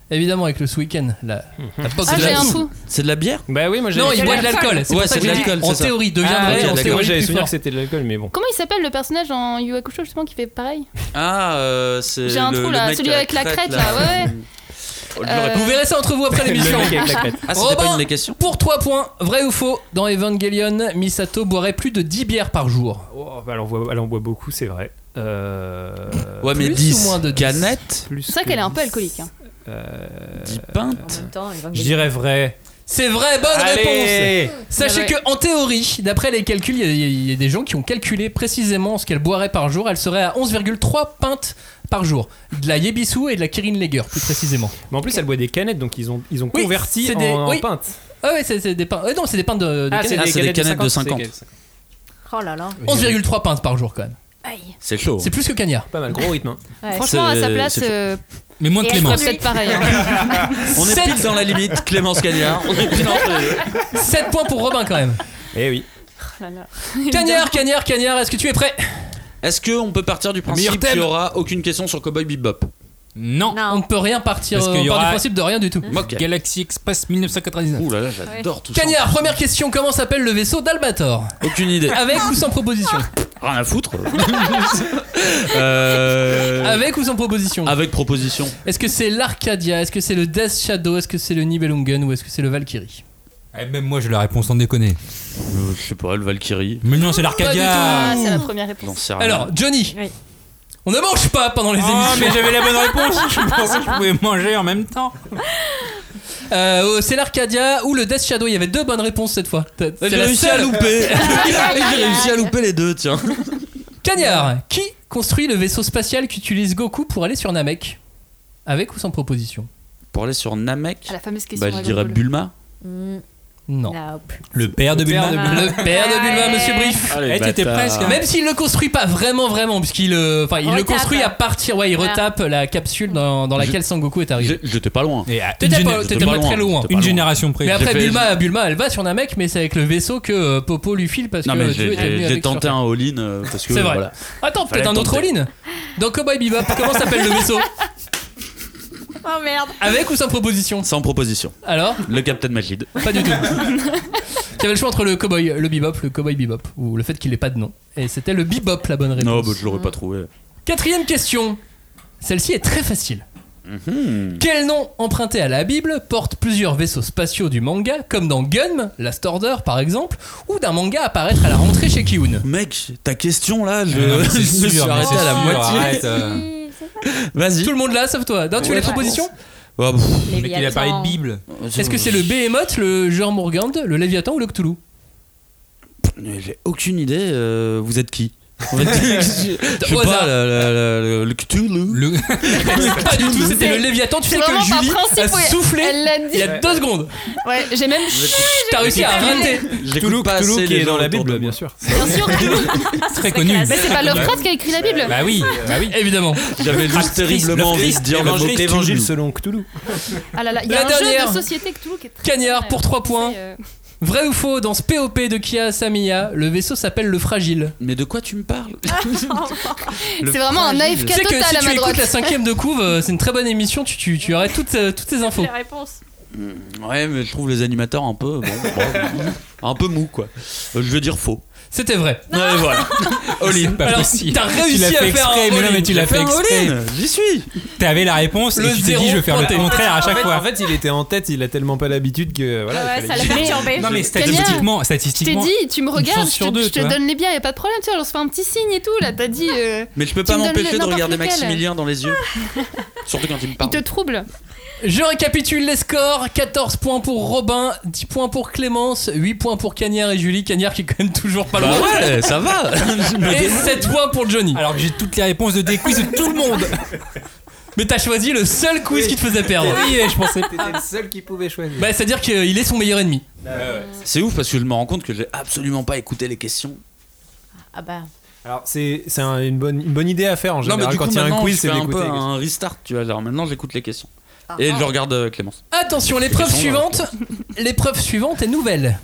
[SPEAKER 1] Évidemment, avec le ce week-end, la, la box
[SPEAKER 5] Ah
[SPEAKER 1] de
[SPEAKER 5] j'ai
[SPEAKER 1] la
[SPEAKER 5] un trou.
[SPEAKER 4] C'est de la bière
[SPEAKER 8] Bah oui, moi j'ai.
[SPEAKER 1] Non, il boit de l'alcool. C'est
[SPEAKER 4] Ouais,
[SPEAKER 1] pour ça
[SPEAKER 4] c'est
[SPEAKER 1] que
[SPEAKER 4] de
[SPEAKER 1] j'ai dit,
[SPEAKER 4] l'alcool,
[SPEAKER 1] en
[SPEAKER 4] c'est ça.
[SPEAKER 1] théorie,
[SPEAKER 4] Ah,
[SPEAKER 1] deviendrait
[SPEAKER 4] ok,
[SPEAKER 1] en
[SPEAKER 4] d'accord.
[SPEAKER 8] Moi
[SPEAKER 1] théorie
[SPEAKER 8] j'avais
[SPEAKER 1] plus
[SPEAKER 8] souvenir
[SPEAKER 1] fort.
[SPEAKER 8] que c'était de l'alcool, mais bon.
[SPEAKER 5] Comment il s'appelle le personnage en Yu Hakusho justement qui fait pareil
[SPEAKER 4] Ah, euh, c'est.
[SPEAKER 5] J'ai un
[SPEAKER 4] le-
[SPEAKER 5] trou,
[SPEAKER 4] le
[SPEAKER 5] là,
[SPEAKER 4] mec
[SPEAKER 5] celui
[SPEAKER 4] qui a
[SPEAKER 5] avec la crête, là, ouais,
[SPEAKER 4] Oh,
[SPEAKER 5] ouais.
[SPEAKER 4] je l'aurais-
[SPEAKER 5] Euh,
[SPEAKER 1] Vous verrez ça entre vous après
[SPEAKER 8] Le
[SPEAKER 1] l'émission.
[SPEAKER 8] mec avec la crête.
[SPEAKER 4] Ah, c'était
[SPEAKER 1] Robin
[SPEAKER 4] pas une des questions
[SPEAKER 1] Pour 3 points, vrai ou faux, dans Evangelion, Misato boirait plus de 10 bières par jour.
[SPEAKER 8] Oh, bah, elle, en voit, elle en boit beaucoup, c'est vrai. Euh,
[SPEAKER 4] Ouais, mais
[SPEAKER 1] Plus ou
[SPEAKER 4] 10
[SPEAKER 1] moins de dix
[SPEAKER 4] canettes,
[SPEAKER 8] plus
[SPEAKER 5] C'est vrai
[SPEAKER 8] que
[SPEAKER 5] qu'elle est un peu
[SPEAKER 8] 10.
[SPEAKER 5] alcoolique. hein.
[SPEAKER 8] Euh,
[SPEAKER 4] 10
[SPEAKER 3] En
[SPEAKER 4] pintes.
[SPEAKER 3] même temps, ils vont
[SPEAKER 8] Je dirais vrai.
[SPEAKER 1] C'est vrai, bonne réponse
[SPEAKER 8] Allez
[SPEAKER 1] Sachez
[SPEAKER 5] Ouais.
[SPEAKER 1] que en théorie, d'après les calculs, il y a- il y, a des gens qui ont calculé précisément ce qu'elle boirait par jour. Elle serait à 11,3 pintes par jour. De la Yebisu et de la Kirin Lager, plus précisément.
[SPEAKER 8] Mais en plus, elle boit des canettes, donc ils ont, ils ont
[SPEAKER 1] Oui,
[SPEAKER 8] converti
[SPEAKER 1] c'est
[SPEAKER 8] en,
[SPEAKER 1] des-
[SPEAKER 8] en
[SPEAKER 1] oui.
[SPEAKER 8] pintes.
[SPEAKER 1] Ah ouais, c'est c'est des pintes. euh, non, c'est des pintes de, de canettes.
[SPEAKER 4] Ah, c'est des canettes de 50.
[SPEAKER 8] c'est
[SPEAKER 3] Oh là là.
[SPEAKER 1] 11,3 pintes par jour quand même.
[SPEAKER 3] Aïe.
[SPEAKER 4] C'est chaud.
[SPEAKER 1] C'est plus que Cagnard.
[SPEAKER 8] Pas mal, gros rythme. hein.
[SPEAKER 3] Ouais.
[SPEAKER 5] Franchement à sa
[SPEAKER 4] c'est-
[SPEAKER 5] place,
[SPEAKER 4] c'est-
[SPEAKER 5] euh,
[SPEAKER 2] Mais moins
[SPEAKER 3] Et
[SPEAKER 2] que
[SPEAKER 3] elle
[SPEAKER 2] Clémence.
[SPEAKER 3] produit-
[SPEAKER 5] peut-être pareil. hein.
[SPEAKER 4] On est
[SPEAKER 1] Sept.
[SPEAKER 4] pile dans
[SPEAKER 1] *laughs*
[SPEAKER 4] la limite, Clémence Cagnard. On est pile entre les deux.
[SPEAKER 1] 7 points pour Robin quand même.
[SPEAKER 8] Eh oui.
[SPEAKER 3] Oh
[SPEAKER 1] *laughs* Cagnard, Cagnard, Cagnard, est-ce que tu es prêt
[SPEAKER 4] Est-ce qu'on peut partir du
[SPEAKER 1] meilleur
[SPEAKER 4] principe
[SPEAKER 1] thème.
[SPEAKER 4] qu'il n'y aura aucune question sur Cowboy Bebop
[SPEAKER 2] Non.
[SPEAKER 3] Ah.
[SPEAKER 1] On ne peut rien partir
[SPEAKER 2] Parce
[SPEAKER 1] euh,
[SPEAKER 2] qu'il
[SPEAKER 1] on
[SPEAKER 2] y
[SPEAKER 1] part du
[SPEAKER 2] aura-
[SPEAKER 1] principe de rien du tout.
[SPEAKER 4] Ok.
[SPEAKER 2] Galaxy Express 1999.
[SPEAKER 4] Ouh là là, j'adore tout ça.
[SPEAKER 1] Cagnard, première question, comment s'appelle le vaisseau d'Albator
[SPEAKER 4] Aucune
[SPEAKER 1] *laughs*
[SPEAKER 4] idée.
[SPEAKER 1] Avec ou sans
[SPEAKER 2] *laughs*
[SPEAKER 1] proposition
[SPEAKER 4] Rien à foutre. *laughs* Euh,
[SPEAKER 1] Avec ou sans proposition
[SPEAKER 2] Ah.
[SPEAKER 4] Avec proposition.
[SPEAKER 1] Est-ce que c'est l'Arcadia Est-ce que c'est le Death Shadow Est-ce que c'est le Nibelungen Ou est-ce que c'est le Valkyrie
[SPEAKER 2] Eh, Même moi, je la réponse sans déconner.
[SPEAKER 4] Euh, je sais pas, le Valkyrie.
[SPEAKER 2] Mais non, c'est
[SPEAKER 5] Ah,
[SPEAKER 2] l'Arcadia.
[SPEAKER 5] c'est la première
[SPEAKER 4] J'en
[SPEAKER 5] réponse.
[SPEAKER 4] sais rien.
[SPEAKER 1] Alors, Johnny
[SPEAKER 3] Oui.
[SPEAKER 1] On ne mange pas pendant les
[SPEAKER 2] Ah, mais
[SPEAKER 1] émissions.
[SPEAKER 2] j'avais la bonne réponse. *laughs* Je pensais que je pouvais manger en même temps.
[SPEAKER 1] Euh, c'est l'Arcadia ou le Death Shadow. Il y avait deux bonnes réponses cette fois. T'as-
[SPEAKER 4] Eh,
[SPEAKER 1] C'est
[SPEAKER 4] j'ai
[SPEAKER 1] la
[SPEAKER 4] réussi à
[SPEAKER 1] seule. *laughs*
[SPEAKER 4] louper. j'ai réussi à louper les deux, tiens.
[SPEAKER 1] Cagnard, qui construit le vaisseau spatial qu'utilise Goku pour aller sur Namek Avec ou sans proposition
[SPEAKER 4] Pour aller sur Namek,
[SPEAKER 5] À la fameuse question.
[SPEAKER 4] bah, je
[SPEAKER 5] Dragon
[SPEAKER 4] dirais
[SPEAKER 5] Ball.
[SPEAKER 4] Bulma.
[SPEAKER 3] Mm.
[SPEAKER 1] Non.
[SPEAKER 2] Le père de Bulma.
[SPEAKER 1] Le père de Bulma, Monsieur Brief.
[SPEAKER 2] Eh, t'étais
[SPEAKER 4] bâtard.
[SPEAKER 2] presque, hein.
[SPEAKER 1] Même s'il le construit pas vraiment, vraiment, puisqu'il euh, enfin, il le
[SPEAKER 3] Retape.
[SPEAKER 1] construit à partir, ouais, il
[SPEAKER 3] Voilà.
[SPEAKER 1] retape la capsule dans, dans laquelle Sangoku est arrivé. Ah,
[SPEAKER 4] J'ai- J'étais pas loin.
[SPEAKER 2] Et à une,
[SPEAKER 1] T'étais
[SPEAKER 2] géné-
[SPEAKER 1] pas, t'étais
[SPEAKER 4] j'étais
[SPEAKER 1] pas
[SPEAKER 4] pas
[SPEAKER 1] très
[SPEAKER 4] loin,
[SPEAKER 1] loin.
[SPEAKER 4] j'étais
[SPEAKER 2] une
[SPEAKER 4] Pardon.
[SPEAKER 2] génération près.
[SPEAKER 1] Mais après,
[SPEAKER 4] fait-
[SPEAKER 1] Bulma, Bulma, elle va sur Namek, mais c'est avec le vaisseau que euh, Popo lui file parce
[SPEAKER 4] Non,
[SPEAKER 1] que
[SPEAKER 4] mais
[SPEAKER 1] Dieu
[SPEAKER 4] j'ai-
[SPEAKER 1] était venu
[SPEAKER 4] j'ai j'ai
[SPEAKER 1] avec
[SPEAKER 4] tenté
[SPEAKER 1] sur-
[SPEAKER 4] un all-in euh, parce que
[SPEAKER 1] C'est vrai.
[SPEAKER 4] voilà.
[SPEAKER 1] Attends, peut-être
[SPEAKER 4] Fallait
[SPEAKER 1] un autre
[SPEAKER 4] tenter.
[SPEAKER 1] all Dans Cowboy Bebop, comment s'appelle le
[SPEAKER 4] *laughs*
[SPEAKER 1] vaisseau
[SPEAKER 3] Oh merde.
[SPEAKER 1] Avec ou sans proposition
[SPEAKER 4] Sans proposition.
[SPEAKER 1] Alors
[SPEAKER 4] Le Capitaine Magid.
[SPEAKER 1] Pas
[SPEAKER 4] *laughs*
[SPEAKER 1] du tout. Tu avais le choix entre le cowboy, le bebop, le cowboy bebop, ou le fait qu'il n'ait pas de nom. Et c'était le bebop la bonne réponse. Mmh.
[SPEAKER 4] Non, bah, je l'aurais pas trouvé.
[SPEAKER 1] Quatrième question. Celle-ci est très facile.
[SPEAKER 4] Hmm.
[SPEAKER 1] Quel nom emprunté à la Bible porte plusieurs vaisseaux spatiaux du manga, comme dans Gun, Last Order par exemple, ou d'un manga apparaître à la rentrée chez Kiun
[SPEAKER 4] Mec, ta question là, je,
[SPEAKER 2] Ah, Non, mais
[SPEAKER 4] *laughs* je
[SPEAKER 2] c'est
[SPEAKER 4] me
[SPEAKER 2] sûr,
[SPEAKER 4] suis
[SPEAKER 2] mais
[SPEAKER 4] arrêté
[SPEAKER 2] c'est
[SPEAKER 4] à la
[SPEAKER 2] sûr,
[SPEAKER 4] moitié.
[SPEAKER 2] arrête, euh.
[SPEAKER 4] *laughs*
[SPEAKER 3] *laughs*
[SPEAKER 4] Vas-y.
[SPEAKER 1] Tout le monde là, sauf toi. Non, tu veux les propositions
[SPEAKER 4] Oh, pff.
[SPEAKER 2] mec, il a parlé de Bible.
[SPEAKER 1] Est-ce que c'est le Behemoth, le Jormungand, le Léviathan ou le Cthulhu
[SPEAKER 4] J'ai aucune idée, euh, vous êtes qui En fait, *laughs* Je sais
[SPEAKER 1] Au
[SPEAKER 4] pas,
[SPEAKER 1] hasard.
[SPEAKER 4] le, le, le- le Cthulhu.
[SPEAKER 1] *laughs* Pas du tout, c'était le Léviathan. Tu sais que Julie a soufflé
[SPEAKER 5] Elle l'a
[SPEAKER 1] il y
[SPEAKER 5] dit. Ah,
[SPEAKER 1] a deux secondes.
[SPEAKER 5] Ouais, j'ai même.
[SPEAKER 1] T'as réussi à rater.
[SPEAKER 4] Je l'écoute
[SPEAKER 8] Toulouse,
[SPEAKER 4] pas assez,
[SPEAKER 8] Toulouse qui
[SPEAKER 4] Ah, les
[SPEAKER 8] est
[SPEAKER 4] gens
[SPEAKER 8] dans la
[SPEAKER 4] autour de
[SPEAKER 8] Bible,
[SPEAKER 4] moi.
[SPEAKER 8] bien sûr.
[SPEAKER 5] Bien sûr.
[SPEAKER 2] Très connu.
[SPEAKER 5] Mais c'est pas Lovecraft qui a écrit la Bible.
[SPEAKER 2] Bah oui, bah oui.
[SPEAKER 1] Évidemment.
[SPEAKER 4] J'avais juste terriblement envie de dire le mot
[SPEAKER 8] l'évangile
[SPEAKER 4] Cthulhu.
[SPEAKER 8] selon Cthulhu.
[SPEAKER 5] Ah là là, il y
[SPEAKER 1] La
[SPEAKER 5] a un
[SPEAKER 1] dernière.
[SPEAKER 5] jeu de société Cthulhu qui est très.
[SPEAKER 1] Cagnard pour 3 points.
[SPEAKER 5] C'est, euh,
[SPEAKER 1] Vrai ou faux, dans ce POP de Kia Samia, le vaisseau s'appelle le Fragile.
[SPEAKER 4] Mais de quoi tu me parles *laughs*
[SPEAKER 5] c'est vraiment un AFK
[SPEAKER 1] Tu sais que
[SPEAKER 5] total
[SPEAKER 1] si
[SPEAKER 5] à
[SPEAKER 1] tu
[SPEAKER 5] ma
[SPEAKER 1] écoutes
[SPEAKER 5] droite.
[SPEAKER 1] la cinquième de couve, euh, c'est une très bonne émission, tu, tu, tu aurais toutes, euh, toutes tes infos.
[SPEAKER 3] Les réponses.
[SPEAKER 4] Ouais, mais je trouve les animateurs un peu. bon, bon, un peu mou, quoi. Euh, Je veux dire faux.
[SPEAKER 1] C'était vrai.
[SPEAKER 4] Ouais, voilà.
[SPEAKER 2] C'est pas
[SPEAKER 1] Alors,
[SPEAKER 2] possible.
[SPEAKER 1] t'as réussi
[SPEAKER 2] tu l'as
[SPEAKER 1] à
[SPEAKER 2] fait
[SPEAKER 1] faire
[SPEAKER 2] exprès,
[SPEAKER 1] un
[SPEAKER 2] mais non, mais tu l'as
[SPEAKER 1] all-in.
[SPEAKER 2] fait exprès.
[SPEAKER 4] J'y suis
[SPEAKER 2] T'avais la réponse
[SPEAKER 1] Le
[SPEAKER 2] et tu t'es
[SPEAKER 1] zéro
[SPEAKER 2] dit je vais faire
[SPEAKER 1] pointé.
[SPEAKER 2] le contraire à chaque fois.
[SPEAKER 8] En fait, il était en tête, il a tellement pas l'habitude que. Voilà,
[SPEAKER 3] ouais,
[SPEAKER 8] il
[SPEAKER 3] ça
[SPEAKER 8] fallait-
[SPEAKER 3] l'a perturbé.
[SPEAKER 2] non mais
[SPEAKER 5] Cagnard,
[SPEAKER 2] statistiquement,
[SPEAKER 5] Je t'ai
[SPEAKER 2] statistiquement,
[SPEAKER 5] dit, tu me regardes,
[SPEAKER 2] chance
[SPEAKER 5] je
[SPEAKER 2] sur
[SPEAKER 5] te,
[SPEAKER 2] deux,
[SPEAKER 5] je te
[SPEAKER 2] toi.
[SPEAKER 5] donne les bières, y a pas de problème, tu vois, on se fait un petit signe et tout, là, t'as dit, euh,
[SPEAKER 4] Mais je peux
[SPEAKER 5] Tu
[SPEAKER 4] pas
[SPEAKER 5] me donnes
[SPEAKER 4] m'empêcher
[SPEAKER 5] le-
[SPEAKER 4] de regarder
[SPEAKER 5] n'importe lequel.
[SPEAKER 4] Maximilien dans les yeux. Surtout quand il me
[SPEAKER 5] il
[SPEAKER 4] parle.
[SPEAKER 5] te trouble.
[SPEAKER 1] Je récapitule les scores 14 points pour Robin, 10 points pour Clémence, 8 points pour Cagnard et Julie. Cagnard qui est quand même toujours pas
[SPEAKER 4] Bah
[SPEAKER 1] loin.
[SPEAKER 8] *laughs*
[SPEAKER 4] ouais, ça va
[SPEAKER 1] Et 7 points pour Johnny.
[SPEAKER 2] alors que j'ai toutes les réponses de des quiz de tout le monde.
[SPEAKER 1] *laughs* Mais t'as choisi le seul quiz qui te faisait perdre.
[SPEAKER 2] Oui, je pensais.
[SPEAKER 8] C'était le seul qui pouvait choisir.
[SPEAKER 1] Bah, c'est à dire qu'il est son meilleur ennemi.
[SPEAKER 4] C'est ouf parce que je me rends compte que j'ai absolument pas écouté les questions.
[SPEAKER 3] Ah bah.
[SPEAKER 8] Alors, c'est c'est un- une, bonne, une bonne idée à faire en
[SPEAKER 4] Non,
[SPEAKER 8] général
[SPEAKER 4] mais du
[SPEAKER 8] quand
[SPEAKER 4] coup,
[SPEAKER 8] il y a un
[SPEAKER 4] maintenant,
[SPEAKER 8] quiz,
[SPEAKER 4] je
[SPEAKER 8] c'est
[SPEAKER 4] fais un
[SPEAKER 8] d'écouter.
[SPEAKER 4] peu
[SPEAKER 8] les questions.
[SPEAKER 4] un restart, tu vois. Alors maintenant, j'écoute les questions. Et je regarde euh, Clémence.
[SPEAKER 1] Attention, l'épreuve suivante. L'épreuve suivante est nouvelle.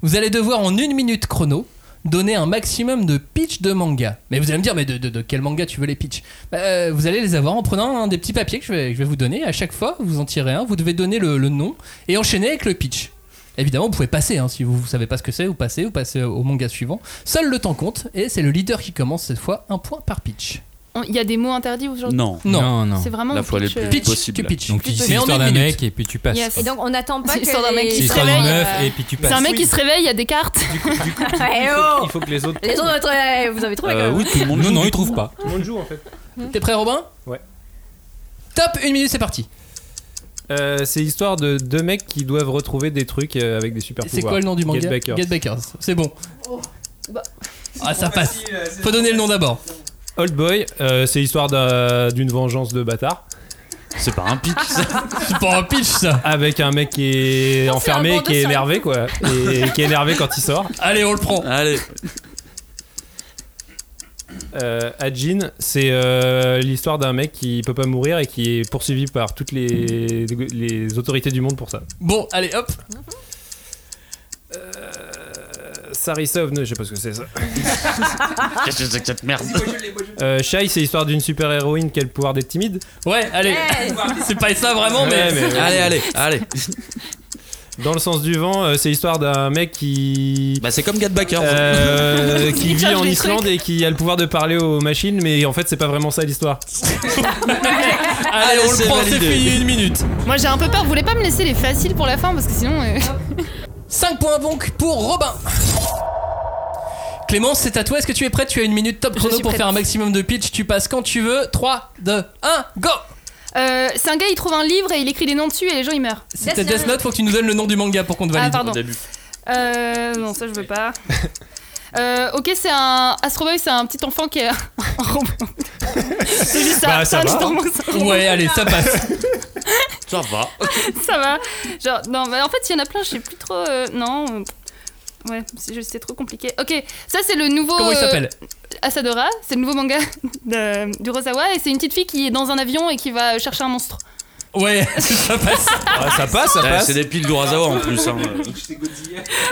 [SPEAKER 1] Vous allez devoir en une minute chrono donner un maximum de pitch de manga. Mais vous allez me dire, mais de, de- de quel manga tu veux les pitch Bah, euh, Vous allez les avoir en prenant un des petits papiers que je vais, je vais vous donner. À chaque fois, vous en tirez un. Vous devez donner le, le nom et enchaîner avec le pitch. Évidemment, vous pouvez passer hein, si vous ne savez pas ce que c'est. Vous passez, vous passez au manga suivant. Seul le temps compte et c'est le leader qui commence cette fois un point par pitch.
[SPEAKER 5] On- Il y a des mots interdits aujourd'hui.
[SPEAKER 4] Non.
[SPEAKER 1] Non.
[SPEAKER 2] non.
[SPEAKER 5] C'est vraiment.
[SPEAKER 4] La
[SPEAKER 5] on
[SPEAKER 4] fois les
[SPEAKER 5] pitch, euh,
[SPEAKER 4] plus-
[SPEAKER 1] Pitch,
[SPEAKER 4] Possible.
[SPEAKER 1] tu pitches.
[SPEAKER 2] Donc tu dis c'est
[SPEAKER 1] Mais en
[SPEAKER 2] l'histoire
[SPEAKER 1] une
[SPEAKER 2] d'un
[SPEAKER 1] minute.
[SPEAKER 2] mec et puis tu passes.
[SPEAKER 5] Yes.
[SPEAKER 3] Et donc on n'attend pas
[SPEAKER 5] C'est
[SPEAKER 3] que
[SPEAKER 5] l'histoire d'un mec
[SPEAKER 3] les-
[SPEAKER 2] C'est
[SPEAKER 5] qui se
[SPEAKER 2] l'histoire d'une
[SPEAKER 5] réveille,
[SPEAKER 2] meuf et puis tu
[SPEAKER 5] C'est
[SPEAKER 2] passes.
[SPEAKER 5] un mec qui se réveille, il y a des cartes. *laughs*
[SPEAKER 3] *laughs* Ouais,
[SPEAKER 8] Il faut-
[SPEAKER 3] oh
[SPEAKER 8] Il faut que les autres.
[SPEAKER 3] Les autres, euh, vous avez trouvé quand
[SPEAKER 4] Euh,
[SPEAKER 3] même.
[SPEAKER 4] oui, tout le monde
[SPEAKER 2] Non,
[SPEAKER 4] joue,
[SPEAKER 2] non,
[SPEAKER 4] du
[SPEAKER 2] il
[SPEAKER 4] coup.
[SPEAKER 2] trouve pas.
[SPEAKER 8] Tout le monde joue en fait.
[SPEAKER 1] T'es prêt, Robin
[SPEAKER 8] Ouais.
[SPEAKER 1] Top, une minute, c'est parti.
[SPEAKER 8] Euh, c'est l'histoire de deux mecs qui doivent retrouver des trucs euh, avec des super pouvoirs.
[SPEAKER 1] C'est quoi le nom du manga
[SPEAKER 8] Get Backers.
[SPEAKER 1] C'est bon.
[SPEAKER 5] Oh, bah.
[SPEAKER 1] Ah, ça passe. Faut donner le nom d'abord.
[SPEAKER 8] Old Boy, euh, c'est l'histoire d'un- d'une vengeance de bâtard
[SPEAKER 4] C'est pas un *laughs* pitch, ça.
[SPEAKER 1] C'est pas un pitch ça.
[SPEAKER 8] avec un mec qui
[SPEAKER 3] Non,
[SPEAKER 8] est
[SPEAKER 3] c'est un
[SPEAKER 8] enfermé,
[SPEAKER 3] bandeau
[SPEAKER 8] qui est
[SPEAKER 3] sur une
[SPEAKER 8] énervé quoi,
[SPEAKER 3] *laughs*
[SPEAKER 8] et qui est énervé quand il sort.
[SPEAKER 1] Allez, on le prend.
[SPEAKER 4] Allez.
[SPEAKER 8] Euh, Ajin, c'est euh, l'histoire d'un mec qui peut pas mourir et qui est poursuivi par toutes les, les autorités du monde pour ça.
[SPEAKER 1] Bon, allez, hop.
[SPEAKER 8] Sarisov, je sais pas ce que c'est ça.
[SPEAKER 4] Qu'est-ce que c'est que cette merde
[SPEAKER 8] Euh, Shai, c'est l'histoire d'une super héroïne qui a le pouvoir d'être timide.
[SPEAKER 1] Ouais, allez.
[SPEAKER 3] Ouais.
[SPEAKER 1] C'est pas ça vraiment, Oh, mais.
[SPEAKER 8] Ouais, mais-
[SPEAKER 4] Allez, allez, allez.
[SPEAKER 8] Dans le sens du vent, euh, c'est l'histoire d'un mec qui.
[SPEAKER 4] Bah, c'est comme Get Backers.
[SPEAKER 8] Euh, qui vit
[SPEAKER 5] charge
[SPEAKER 8] en
[SPEAKER 5] des
[SPEAKER 8] Islande et qui a le pouvoir de parler aux machines, mais en fait, c'est pas vraiment ça l'histoire.
[SPEAKER 1] Allez, on le
[SPEAKER 4] c'est
[SPEAKER 1] prend, c'est
[SPEAKER 4] validé.
[SPEAKER 1] fini, une minute.
[SPEAKER 5] Moi j'ai un peu peur, vous voulez pas me laisser les faciles pour la fin parce que sinon. euh, *laughs*
[SPEAKER 1] 5 points donc pour Robin. Clémence, c'est à toi. Est-ce que tu es prête Tu as une minute top chrono
[SPEAKER 5] suis
[SPEAKER 1] pour
[SPEAKER 5] prête.
[SPEAKER 1] faire un maximum de pitch. Tu passes quand tu veux. 3, 2, 1, go
[SPEAKER 5] euh, c'est un gars, il trouve un livre et il écrit des noms dessus et les gens ils meurent.
[SPEAKER 1] Si t'as
[SPEAKER 3] Death
[SPEAKER 1] Death
[SPEAKER 3] Note.
[SPEAKER 1] Note, faut que tu nous donnes le nom du manga pour qu'on te valide.
[SPEAKER 5] Ah pardon.
[SPEAKER 4] début.
[SPEAKER 5] Euh, non, ça je veux pas. Euh, ok, c'est un. Astro Boy, c'est un petit enfant qui est *laughs* un robot. c'est juste ça.
[SPEAKER 8] Bah, ça va.
[SPEAKER 5] un petit enfant,
[SPEAKER 1] Ouais, allez, ça passe.
[SPEAKER 4] Ça va.
[SPEAKER 5] *laughs* ça va. Genre, non, mais en fait, il y en a plein, je sais plus trop. euh, non. euh, Ouais, c'est juste- c'est trop compliqué. Ok, ça c'est le nouveau.
[SPEAKER 1] Comment il
[SPEAKER 5] euh,
[SPEAKER 1] s'appelle
[SPEAKER 5] Asadora, c'est le nouveau manga *laughs* de, du Rosawa et c'est une petite fille qui est dans un avion et qui va chercher un monstre.
[SPEAKER 1] Ouais, *laughs* ça passe.
[SPEAKER 8] ça passe, ça
[SPEAKER 4] c'est des piles d'Urasawa *laughs* en plus. hein.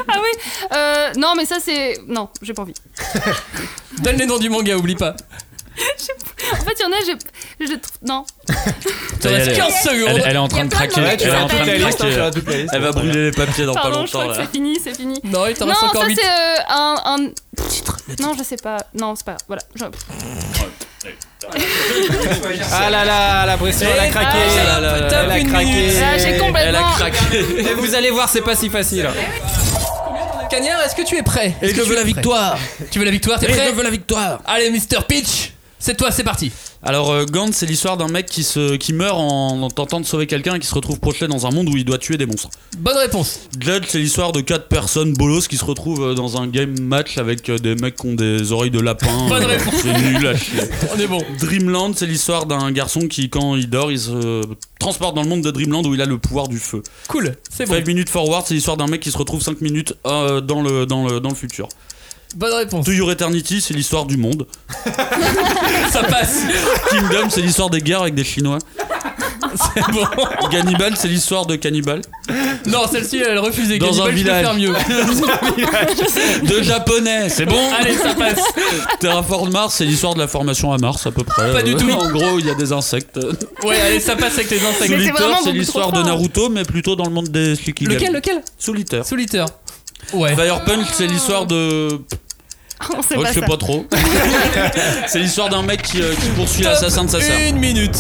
[SPEAKER 5] Ah oui euh, Non, mais ça c'est. Non, j'ai pas envie.
[SPEAKER 1] Donne les noms du manga, oublie pas.
[SPEAKER 5] En fait, il y en a, je. je le trouve- non.
[SPEAKER 1] Ça reste 15 secondes.
[SPEAKER 4] Elle, elle est en train de craquer.
[SPEAKER 8] monde qui
[SPEAKER 4] Elle est en train de
[SPEAKER 8] s'appelle. Toute la liste, hein, tu as toute la
[SPEAKER 4] craquer.
[SPEAKER 8] liste.
[SPEAKER 4] Elle va brûler les papiers dans pas
[SPEAKER 5] Pardon, je
[SPEAKER 4] longtemps
[SPEAKER 5] crois que
[SPEAKER 4] là.
[SPEAKER 5] c'est fini, c'est fini.
[SPEAKER 1] Non, il t'en reste
[SPEAKER 5] Non,
[SPEAKER 1] encore
[SPEAKER 5] ça,
[SPEAKER 1] 8.
[SPEAKER 5] c'est euh, un. un- Non, je sais pas. Non, c'est pas. Voilà. je- *laughs*
[SPEAKER 8] Ah là là, la pression, elle a craqué.
[SPEAKER 4] Oh
[SPEAKER 1] Ah,
[SPEAKER 8] Elle a
[SPEAKER 1] top une
[SPEAKER 8] craqué.
[SPEAKER 1] minute.
[SPEAKER 5] Ah, j'ai complètement-
[SPEAKER 4] Elle a craqué.
[SPEAKER 8] Et vous allez voir, c'est pas si facile.
[SPEAKER 1] Cagnard, est-ce que tu es prêt Est-ce
[SPEAKER 9] je
[SPEAKER 1] que tu
[SPEAKER 9] veux
[SPEAKER 1] es
[SPEAKER 9] la
[SPEAKER 1] prêt
[SPEAKER 9] victoire.
[SPEAKER 1] Tu veux la victoire T'es
[SPEAKER 9] Et
[SPEAKER 1] prêt
[SPEAKER 9] je veux la victoire.
[SPEAKER 1] Allez, Mr. Peach, c'est toi, c'est parti.
[SPEAKER 4] Alors euh, Gantz, c'est l'histoire d'un mec qui, se, qui meurt en, en tentant de sauver quelqu'un et qui se retrouve projeté dans un monde où il doit tuer des monstres.
[SPEAKER 1] Bonne réponse.
[SPEAKER 4] Judd, c'est l'histoire de quatre personnes bolos qui se retrouvent euh, dans un game match avec euh, des mecs qui ont des oreilles de lapin.
[SPEAKER 1] *laughs* Bonne
[SPEAKER 4] Euh,
[SPEAKER 1] réponse.
[SPEAKER 4] C'est nul à chier.
[SPEAKER 1] On est bon.
[SPEAKER 4] Dreamland, c'est l'histoire d'un garçon qui, quand il dort, il se transporte dans le monde de Dreamland où il a le pouvoir du feu.
[SPEAKER 1] Cool, c'est bon.
[SPEAKER 4] 5 minutes forward, c'est l'histoire d'un mec qui se retrouve 5 minutes euh, dans, le, dans, le, dans le futur.
[SPEAKER 1] Bonne réponse.
[SPEAKER 4] To Your Eternity, c'est l'histoire du monde.
[SPEAKER 1] Ça passe.
[SPEAKER 4] *laughs* Kingdom, c'est l'histoire des guerres avec des Chinois.
[SPEAKER 1] C'est bon.
[SPEAKER 4] Gannibal, c'est l'histoire de cannibal.
[SPEAKER 1] Non, celle-ci, elle refusait.
[SPEAKER 4] Dans
[SPEAKER 1] Cannibal,
[SPEAKER 4] un
[SPEAKER 1] je peux
[SPEAKER 4] village.
[SPEAKER 1] faire mieux.
[SPEAKER 4] *laughs* De japonais, c'est bon
[SPEAKER 1] Allez, ça passe.
[SPEAKER 4] Terraform Mars, c'est l'histoire de la formation à Mars à peu près. Euh,
[SPEAKER 1] Pas du tout.
[SPEAKER 4] En gros, il y a des insectes.
[SPEAKER 1] Ouais, allez, ça passe avec les insectes.
[SPEAKER 5] Mais c'est vraiment
[SPEAKER 4] Solitaire, c'est
[SPEAKER 5] beaucoup
[SPEAKER 4] l'histoire
[SPEAKER 5] trop
[SPEAKER 4] de
[SPEAKER 5] fort.
[SPEAKER 4] Naruto, mais plutôt dans le monde des Shikigami.
[SPEAKER 1] Lequel, lequel
[SPEAKER 4] Solitaire.
[SPEAKER 1] Solitaire. Ouais.
[SPEAKER 4] Fire Punch, c'est l'histoire de.
[SPEAKER 5] On sait
[SPEAKER 4] Oh,
[SPEAKER 5] pas
[SPEAKER 4] je sais
[SPEAKER 5] ça.
[SPEAKER 4] pas trop. c'est l'histoire d'un mec qui, euh, qui poursuit l'assassin de sa sœur.
[SPEAKER 1] Une minute.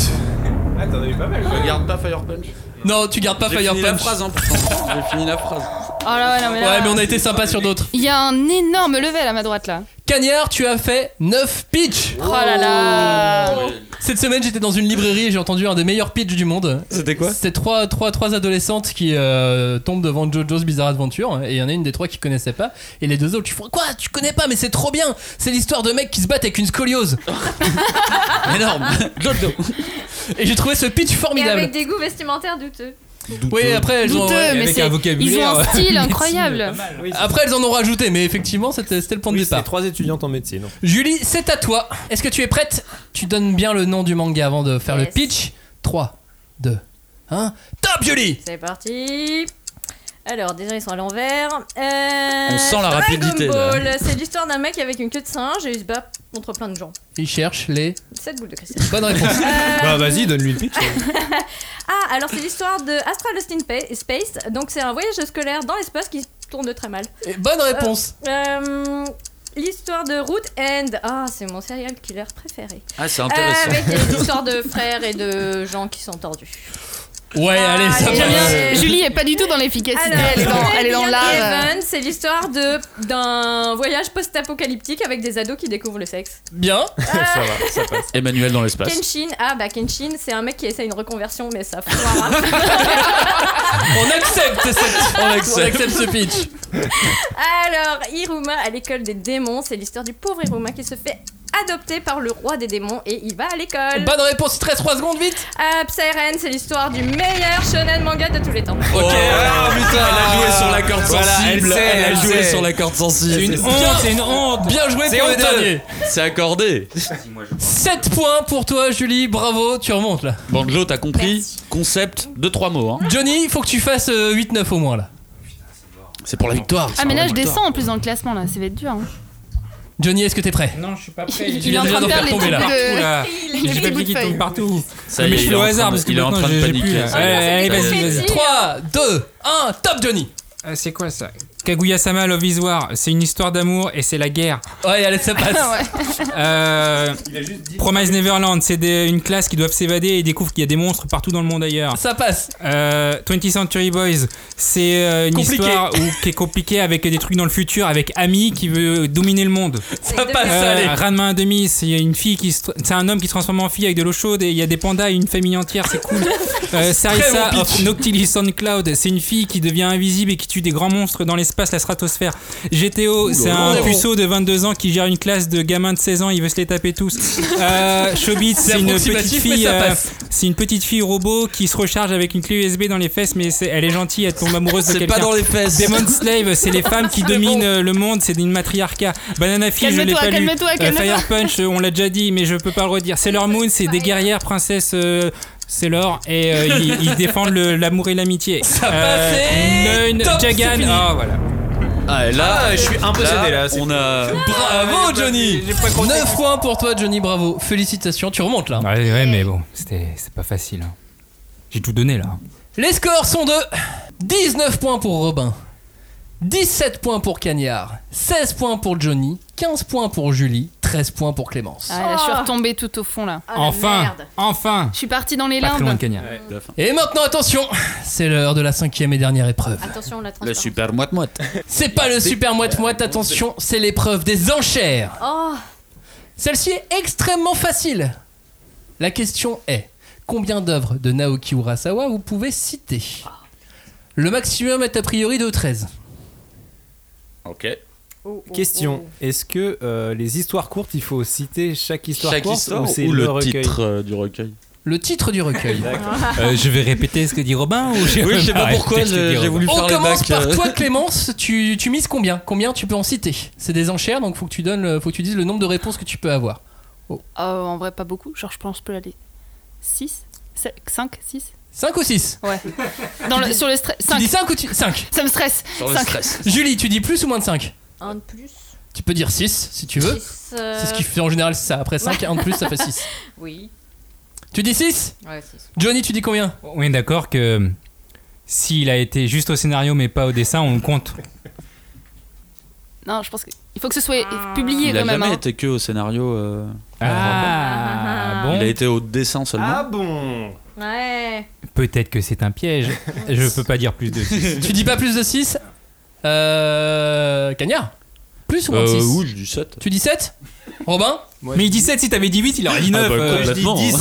[SPEAKER 8] Ah, t'en as eu pas mal. quoi.
[SPEAKER 4] Regarde pas Fire Punch.
[SPEAKER 1] Non, tu gardes pas
[SPEAKER 4] J'ai
[SPEAKER 1] Fire
[SPEAKER 4] fini la
[SPEAKER 1] Punch.
[SPEAKER 4] phrase, hein, putain. J'ai fini la phrase.
[SPEAKER 5] Oh là, ouais, non, mais là.
[SPEAKER 1] Ouais, mais on a été sympa sur d'autres.
[SPEAKER 5] Il y a un énorme level à ma droite là.
[SPEAKER 1] Cagnard, tu as fait 9 pitch.
[SPEAKER 5] Oh là là.
[SPEAKER 1] Cette semaine, j'étais dans une librairie et j'ai entendu un des meilleurs pitchs du monde.
[SPEAKER 8] C'était quoi
[SPEAKER 1] C'était trois, trois, trois adolescentes qui euh, tombent devant JoJo's Bizarre Adventure hein, et il y en a une des trois qui connaissait pas et les deux autres tu font quoi tu connais pas mais c'est trop bien c'est l'histoire de mecs qui se battent avec une
[SPEAKER 8] *laughs*
[SPEAKER 1] scoliose
[SPEAKER 4] Énorme. Jojo.
[SPEAKER 1] et j'ai trouvé ce pitch
[SPEAKER 3] Et
[SPEAKER 1] formidable
[SPEAKER 3] avec des goûts vestimentaires douteux.
[SPEAKER 1] oui après elles, ont,
[SPEAKER 5] Douteux,
[SPEAKER 1] ouais,
[SPEAKER 5] Euh, mais
[SPEAKER 2] avec un
[SPEAKER 5] c'est. Ils ont
[SPEAKER 2] vocabulaire.
[SPEAKER 5] un *laughs* style incroyable.
[SPEAKER 1] après elles en ont rajouté mais effectivement c'était c'était le point de
[SPEAKER 8] Oui, c'est
[SPEAKER 1] départ
[SPEAKER 8] trois étudiantes en médecine.
[SPEAKER 1] Julie c'est à toi est-ce que tu es prête tu donnes bien le nom du manga avant de faire le
[SPEAKER 3] Yes.
[SPEAKER 1] pitch 3 2 1 top Julie
[SPEAKER 3] C'est parti. Alors, déjà, ils sont à l'envers. Euh,
[SPEAKER 4] On sent la rapidité,
[SPEAKER 3] Dragon
[SPEAKER 4] là.
[SPEAKER 3] Ball, c'est l'histoire d'un mec avec une queue de singe et il se bat contre plein de gens.
[SPEAKER 1] il cherche les
[SPEAKER 3] 7 boules de
[SPEAKER 4] *laughs*
[SPEAKER 3] cristal. Euh,
[SPEAKER 1] bonnes réponses
[SPEAKER 3] *laughs*
[SPEAKER 8] Bah vas-y, donne-lui le pitch.
[SPEAKER 3] Ah, alors c'est l'histoire de Astral Lost in Pa- Space. Donc, c'est un voyage scolaire dans l'espace qui tourne très mal.
[SPEAKER 1] Et bonne réponse
[SPEAKER 3] Euh, l'histoire de Root End. Ah, c'est mon serial killer préféré.
[SPEAKER 4] Ah, c'est
[SPEAKER 3] Euh,
[SPEAKER 4] intéressant.
[SPEAKER 3] avec
[SPEAKER 4] *laughs*
[SPEAKER 3] des histoires de frères et de gens qui sont tordus.
[SPEAKER 1] ouais
[SPEAKER 3] Ah,
[SPEAKER 1] allez ça
[SPEAKER 3] allez,
[SPEAKER 5] J'aime
[SPEAKER 1] passe
[SPEAKER 5] bien. *laughs* Julie est pas du tout dans l'efficacité. Ah Elle est dans, elle est dans
[SPEAKER 3] Dear
[SPEAKER 5] l'art. euh.
[SPEAKER 3] Evan, c'est l'histoire de d'un voyage post-apocalyptique avec des ados qui découvrent le sexe.
[SPEAKER 1] bien
[SPEAKER 8] ça va, ça passe.
[SPEAKER 4] Emmanuel dans l'espace.
[SPEAKER 3] Kenshin, ah bah Kenshin, c'est un mec qui essaie une reconversion mais ça foire. hein. *laughs*
[SPEAKER 1] On accepte, cette- on accepte. ce pitch.
[SPEAKER 3] Alors Iruma à l'école des démons, c'est l'histoire du pauvre Iruma qui se fait adopter par le roi des démons et il va à l'école.
[SPEAKER 1] Bonne réponse, il te reste 3 secondes, vite.
[SPEAKER 3] Ah, Psyren, c'est l'histoire du meilleur shonen manga de tous les temps.
[SPEAKER 4] Ok, ah, putain, elle a joué sur la corde
[SPEAKER 8] Voilà, elle
[SPEAKER 4] sensible.
[SPEAKER 8] sait,
[SPEAKER 4] a
[SPEAKER 8] elle
[SPEAKER 4] joué
[SPEAKER 8] sait.
[SPEAKER 4] sur la corde sensible.
[SPEAKER 1] Bien-
[SPEAKER 2] C'est une honte.
[SPEAKER 1] Bien joué
[SPEAKER 8] C'est
[SPEAKER 1] pour le
[SPEAKER 8] honteux.
[SPEAKER 1] dernier.
[SPEAKER 4] C'est accordé.
[SPEAKER 1] 7 points pour toi, Julie. Bravo, tu remontes là.
[SPEAKER 4] Banjo, t'as compris Concept de trois mots. Hein.
[SPEAKER 1] Johnny, il faut que tu fasses euh, 8-9 au moins là.
[SPEAKER 4] C'est pour la victoire.
[SPEAKER 5] Ah, mais là, je
[SPEAKER 4] Victoire.
[SPEAKER 5] descends en plus dans le classement là. Ça va être dur. hein.
[SPEAKER 1] Johnny, est-ce que t'es prêt
[SPEAKER 2] Non, je suis pas prêt.
[SPEAKER 5] *laughs* Il
[SPEAKER 1] viens
[SPEAKER 5] est en
[SPEAKER 1] déjà
[SPEAKER 5] train de
[SPEAKER 1] d'en
[SPEAKER 5] faire
[SPEAKER 1] faire
[SPEAKER 5] les
[SPEAKER 1] tomber,
[SPEAKER 5] trucs
[SPEAKER 1] là.
[SPEAKER 5] de.
[SPEAKER 2] Oula,
[SPEAKER 5] les
[SPEAKER 2] j'ai
[SPEAKER 5] petits
[SPEAKER 2] pas dit
[SPEAKER 5] bouts de
[SPEAKER 2] qu'il
[SPEAKER 5] feuilles.
[SPEAKER 2] tombe partout.
[SPEAKER 4] Ça y
[SPEAKER 2] mais
[SPEAKER 4] est,
[SPEAKER 2] je
[SPEAKER 4] il
[SPEAKER 2] fais
[SPEAKER 4] est
[SPEAKER 2] au
[SPEAKER 4] en
[SPEAKER 2] hasard
[SPEAKER 4] train de-
[SPEAKER 2] parce que
[SPEAKER 4] il est en
[SPEAKER 2] maintenant,
[SPEAKER 4] train de
[SPEAKER 2] j'ai- j'ai
[SPEAKER 4] paniquer.
[SPEAKER 2] plus, là.
[SPEAKER 4] ça y est.
[SPEAKER 2] Ouais, allez, vas-y,
[SPEAKER 3] c'est-
[SPEAKER 2] vas-y.
[SPEAKER 1] 3, 2, 1, top Johnny.
[SPEAKER 2] Euh, C'est quoi ça Kaguya-sama Love is War, c'est une histoire d'amour et c'est la guerre.
[SPEAKER 1] Ouais, allez, ça passe.
[SPEAKER 5] Ah ouais.
[SPEAKER 2] Euh, Promise Neverland, c'est des- une classe qui doivent s'évader et découvre qu'il y a des monstres partout dans le monde ailleurs.
[SPEAKER 1] Ça passe.
[SPEAKER 2] Euh, 20th Century Boys, c'est euh, une
[SPEAKER 1] Compliqué.
[SPEAKER 2] histoire où- qui est compliquée avec des trucs dans le futur, avec Ami qui veut dominer le monde.
[SPEAKER 1] *laughs* Ça
[SPEAKER 3] deux
[SPEAKER 1] passe,
[SPEAKER 2] Euh,
[SPEAKER 1] allez.
[SPEAKER 2] Ranma à demi, c'est une fille qui, se tr- c'est un homme qui se transforme en fille avec de l'eau chaude et il y a des pandas et une famille entière, c'est
[SPEAKER 1] *laughs*
[SPEAKER 2] cool. euh, Sarissa
[SPEAKER 1] bon
[SPEAKER 2] of Noctilis on Cloud, c'est une fille qui devient invisible et qui tue des grands monstres dans l'espace, la stratosphère. GTO, c'est un
[SPEAKER 1] là.
[SPEAKER 2] puceau de 22 ans qui gère une classe de gamins de 16 ans, il veut se les taper tous.
[SPEAKER 1] *laughs*
[SPEAKER 2] Euh, Shobit, c'est une petite
[SPEAKER 1] approximatif, mais
[SPEAKER 2] fille,
[SPEAKER 1] ça
[SPEAKER 2] euh,
[SPEAKER 1] passe.
[SPEAKER 2] c'est une petite fille robot qui se recharge avec une clé USB dans les fesses, mais c'est- elle est gentille, elle tombe amoureuse de
[SPEAKER 4] C'est
[SPEAKER 2] quelqu'un.
[SPEAKER 4] pas dans les fesses.
[SPEAKER 2] Demon Slave, c'est les femmes qui dominent euh, le monde, c'est une matriarcat. Banana Fish, je l'ai
[SPEAKER 5] Calme-toi,
[SPEAKER 2] pas lu.
[SPEAKER 5] calme-toi,
[SPEAKER 2] Euh,
[SPEAKER 5] calme-toi.
[SPEAKER 2] Fire Punch, euh, on l'a déjà dit, mais je peux pas le redire. Sailor Moon, c'est des guerrières princesses. euh, c'est l'or et euh, ils, ils défendent le- l'amour et l'amitié.
[SPEAKER 1] Ça passe et
[SPEAKER 2] Neun,
[SPEAKER 1] top, c'est
[SPEAKER 2] Jagan,
[SPEAKER 1] fini.
[SPEAKER 2] ah, voilà.
[SPEAKER 4] Ah, là,
[SPEAKER 8] Ah, je suis impressionné, là, c'est
[SPEAKER 4] on a.
[SPEAKER 1] Bravo Johnny 9 points pour toi Johnny, bravo. Félicitations, tu remontes là.
[SPEAKER 2] Ouais, ouais, mais bon, c'était c'est pas facile. hein. J'ai tout donné là.
[SPEAKER 1] Les scores sont de 19 points pour Robin, 17 points pour Cagnard, 16 points pour Johnny, 15 points pour Julie, 13 points pour Clémence.
[SPEAKER 5] Ah, là, je suis retombée tout au fond là.
[SPEAKER 3] Ah,
[SPEAKER 1] Enfin, enfin
[SPEAKER 5] Je suis partie dans les
[SPEAKER 1] Pas très
[SPEAKER 5] limbes.
[SPEAKER 1] loin de Cagnard. Et maintenant attention, c'est l'heure de la cinquième et dernière épreuve.
[SPEAKER 5] Attention, la
[SPEAKER 4] Le super moite-moite.
[SPEAKER 1] Ah. C'est pas le super moite-moite, attention, c'est l'épreuve des enchères.
[SPEAKER 3] Oh
[SPEAKER 1] Celle-ci est extrêmement facile. La question est combien d'œuvres de Naoki Urasawa vous pouvez citer Le maximum est a priori de 13.
[SPEAKER 4] Ok.
[SPEAKER 8] Question est-ce que euh, les histoires courtes, il faut citer chaque histoire
[SPEAKER 4] Chaque
[SPEAKER 8] courte
[SPEAKER 4] histoire
[SPEAKER 8] ou c'est
[SPEAKER 4] ou
[SPEAKER 8] le,
[SPEAKER 4] le
[SPEAKER 8] recueil
[SPEAKER 4] titre euh, du recueil
[SPEAKER 1] Le titre du recueil.
[SPEAKER 2] Euh, je vais répéter ce que dit Robin ou j'ai-
[SPEAKER 4] Oui, je sais pas
[SPEAKER 2] Ah,
[SPEAKER 4] pourquoi,
[SPEAKER 2] peut-être que
[SPEAKER 4] j'ai-
[SPEAKER 2] dit
[SPEAKER 4] j'ai
[SPEAKER 2] Robin.
[SPEAKER 4] voulu
[SPEAKER 1] On
[SPEAKER 4] faire les
[SPEAKER 1] commence
[SPEAKER 4] bacs,
[SPEAKER 1] par
[SPEAKER 4] euh. *laughs*
[SPEAKER 1] toi Clémence, tu, tu mises combien Combien tu peux en citer C'est des enchères donc faut que tu donnes le- faut que tu dises le nombre de réponses que tu peux avoir.
[SPEAKER 5] Oh, en vrai, pas beaucoup. Genre, je pense que je peux aller 6, 5, 6.
[SPEAKER 1] 5 ou 6
[SPEAKER 5] Ouais. Dans le-
[SPEAKER 1] Tu dis-
[SPEAKER 5] sur le stress.
[SPEAKER 1] Tu dis 5 ou tu 5
[SPEAKER 5] Ça me stresse.
[SPEAKER 1] Sur
[SPEAKER 5] le Cinq.
[SPEAKER 1] stress. Julie, tu dis plus ou moins de 5
[SPEAKER 3] Un de plus.
[SPEAKER 1] Tu peux dire 6 si tu veux.
[SPEAKER 3] Six, euh,
[SPEAKER 1] C'est ce qui fait en général ça. Après 5, un de plus ça fait 6.
[SPEAKER 3] Oui.
[SPEAKER 1] Tu dis 6
[SPEAKER 3] Ouais, six.
[SPEAKER 1] Johnny, tu dis combien
[SPEAKER 2] On est d'accord que s'il a été juste au scénario mais pas au dessin, on le compte.
[SPEAKER 5] Non, je pense qu'il faut que ce soit publié
[SPEAKER 4] Il a
[SPEAKER 5] quand même.
[SPEAKER 4] jamais
[SPEAKER 5] hein.
[SPEAKER 4] été que au scénario. euh,
[SPEAKER 2] *laughs* Ah, bon.
[SPEAKER 4] Il a été au dessin seulement.
[SPEAKER 8] Ah bon
[SPEAKER 3] Ouais.
[SPEAKER 2] Peut-être que c'est un piège. je peux pas dire plus de six.
[SPEAKER 1] Tu dis pas plus de 6 Euh. Cagnard Plus ou moins de
[SPEAKER 2] Euh,
[SPEAKER 1] 6
[SPEAKER 2] oui,
[SPEAKER 4] je dis 7.
[SPEAKER 1] Tu dis 7 Robin
[SPEAKER 2] Mais il dit 7, si t'avais dit 8, il aurait dit euh. 9.
[SPEAKER 4] bah, complètement,
[SPEAKER 2] je dis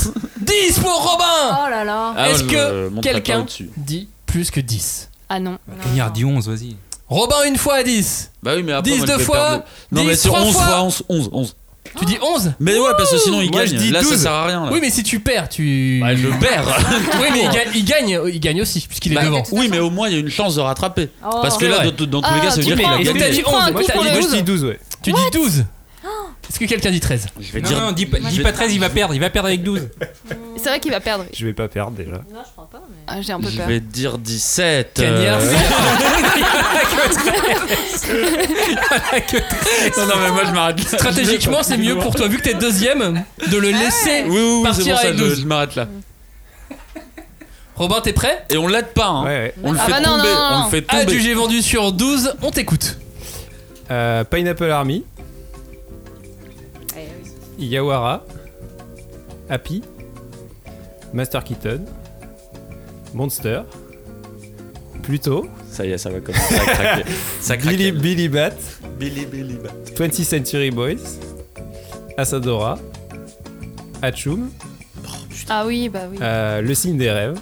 [SPEAKER 2] 10.
[SPEAKER 1] 10 pour Robin
[SPEAKER 3] Oh là là.
[SPEAKER 2] Ah,
[SPEAKER 1] Est-ce
[SPEAKER 2] je me
[SPEAKER 1] que
[SPEAKER 2] monterai pas
[SPEAKER 1] quelqu'un
[SPEAKER 2] au-dessus.
[SPEAKER 1] dit plus que 10
[SPEAKER 5] Ah non.
[SPEAKER 2] Cagnard dit 11, vas-y.
[SPEAKER 1] Robin une fois à 10
[SPEAKER 4] Bah oui, mais après,
[SPEAKER 1] 10
[SPEAKER 4] moi, je
[SPEAKER 1] deux
[SPEAKER 4] vais
[SPEAKER 1] fois,
[SPEAKER 4] perdre le- Non,
[SPEAKER 1] 10
[SPEAKER 4] mais sur
[SPEAKER 1] trois
[SPEAKER 4] 11
[SPEAKER 1] fois.
[SPEAKER 4] fois 11, 11, 11.
[SPEAKER 1] Tu dis 11
[SPEAKER 4] Mais ouais, parce que sinon, il
[SPEAKER 1] Moi,
[SPEAKER 4] gagne.
[SPEAKER 1] je dis
[SPEAKER 4] Là, ça
[SPEAKER 1] 12.
[SPEAKER 4] sert à rien. là.
[SPEAKER 1] Oui, mais si tu perds, tu.
[SPEAKER 4] Bah, je perds.
[SPEAKER 1] oui, mais il gagne, il gagne, il gagne aussi, puisqu'il est
[SPEAKER 4] Bah,
[SPEAKER 1] devant.
[SPEAKER 4] Oui, mais au moins, il y a une chance de rattraper.
[SPEAKER 1] Oh.
[SPEAKER 4] Parce que
[SPEAKER 1] C'est
[SPEAKER 4] là,
[SPEAKER 1] vrai.
[SPEAKER 4] dans, dans tous
[SPEAKER 1] Ah,
[SPEAKER 4] les cas, ça veut
[SPEAKER 1] tu
[SPEAKER 4] dire qu'il
[SPEAKER 1] prends-
[SPEAKER 4] a
[SPEAKER 1] est-ce que t'as
[SPEAKER 4] gagné.
[SPEAKER 1] dit 11, moi, t'as dit 12.
[SPEAKER 8] 12, ouais.
[SPEAKER 1] Tu dis 12
[SPEAKER 4] Oh.
[SPEAKER 1] Est-ce que quelqu'un dit 13
[SPEAKER 4] Je
[SPEAKER 2] vais dire- dis pas- dis pas 13, il va perdre, il va perdre avec
[SPEAKER 8] Euh,
[SPEAKER 2] 12.
[SPEAKER 5] C'est vrai qu'il va perdre.
[SPEAKER 8] Je vais pas perdre déjà.
[SPEAKER 5] Ah, j'ai un peu
[SPEAKER 4] Je
[SPEAKER 5] peur.
[SPEAKER 4] vais dire 17.
[SPEAKER 8] Cagnard,
[SPEAKER 4] euh,
[SPEAKER 2] *laughs*
[SPEAKER 4] non, non, mais moi, je m'arrête là.
[SPEAKER 1] Stratégiquement, c'est mieux pour toi, vu que t'es deuxième, de le laisser
[SPEAKER 4] Oui, oui, oui, c'est
[SPEAKER 1] partir
[SPEAKER 4] pour ça,
[SPEAKER 1] avec
[SPEAKER 4] je,
[SPEAKER 1] 12.
[SPEAKER 4] je m'arrête là.
[SPEAKER 1] Robin, t'es prêt
[SPEAKER 4] Et on l'aide pas, hein.
[SPEAKER 8] On
[SPEAKER 4] le
[SPEAKER 1] Ah
[SPEAKER 4] fait
[SPEAKER 1] bah
[SPEAKER 4] tomber,
[SPEAKER 1] non, non, non,
[SPEAKER 4] on
[SPEAKER 1] non.
[SPEAKER 4] le fait tomber.
[SPEAKER 1] Ah, du j'ai vendu sur 12, on t'écoute.
[SPEAKER 8] Euh, Pineapple Army, Yawara, Happy, Master Keaton, Monster, Pluto.
[SPEAKER 4] Ça y est, ça va commencer à craquer. Ça craque.
[SPEAKER 8] Billy, Billy Bat,
[SPEAKER 4] Billy, Billy, Bat.
[SPEAKER 8] 20th Century Boys, Asadora, Hachum,
[SPEAKER 5] Ah oui, bah oui.
[SPEAKER 8] euh, Le signe des rêves.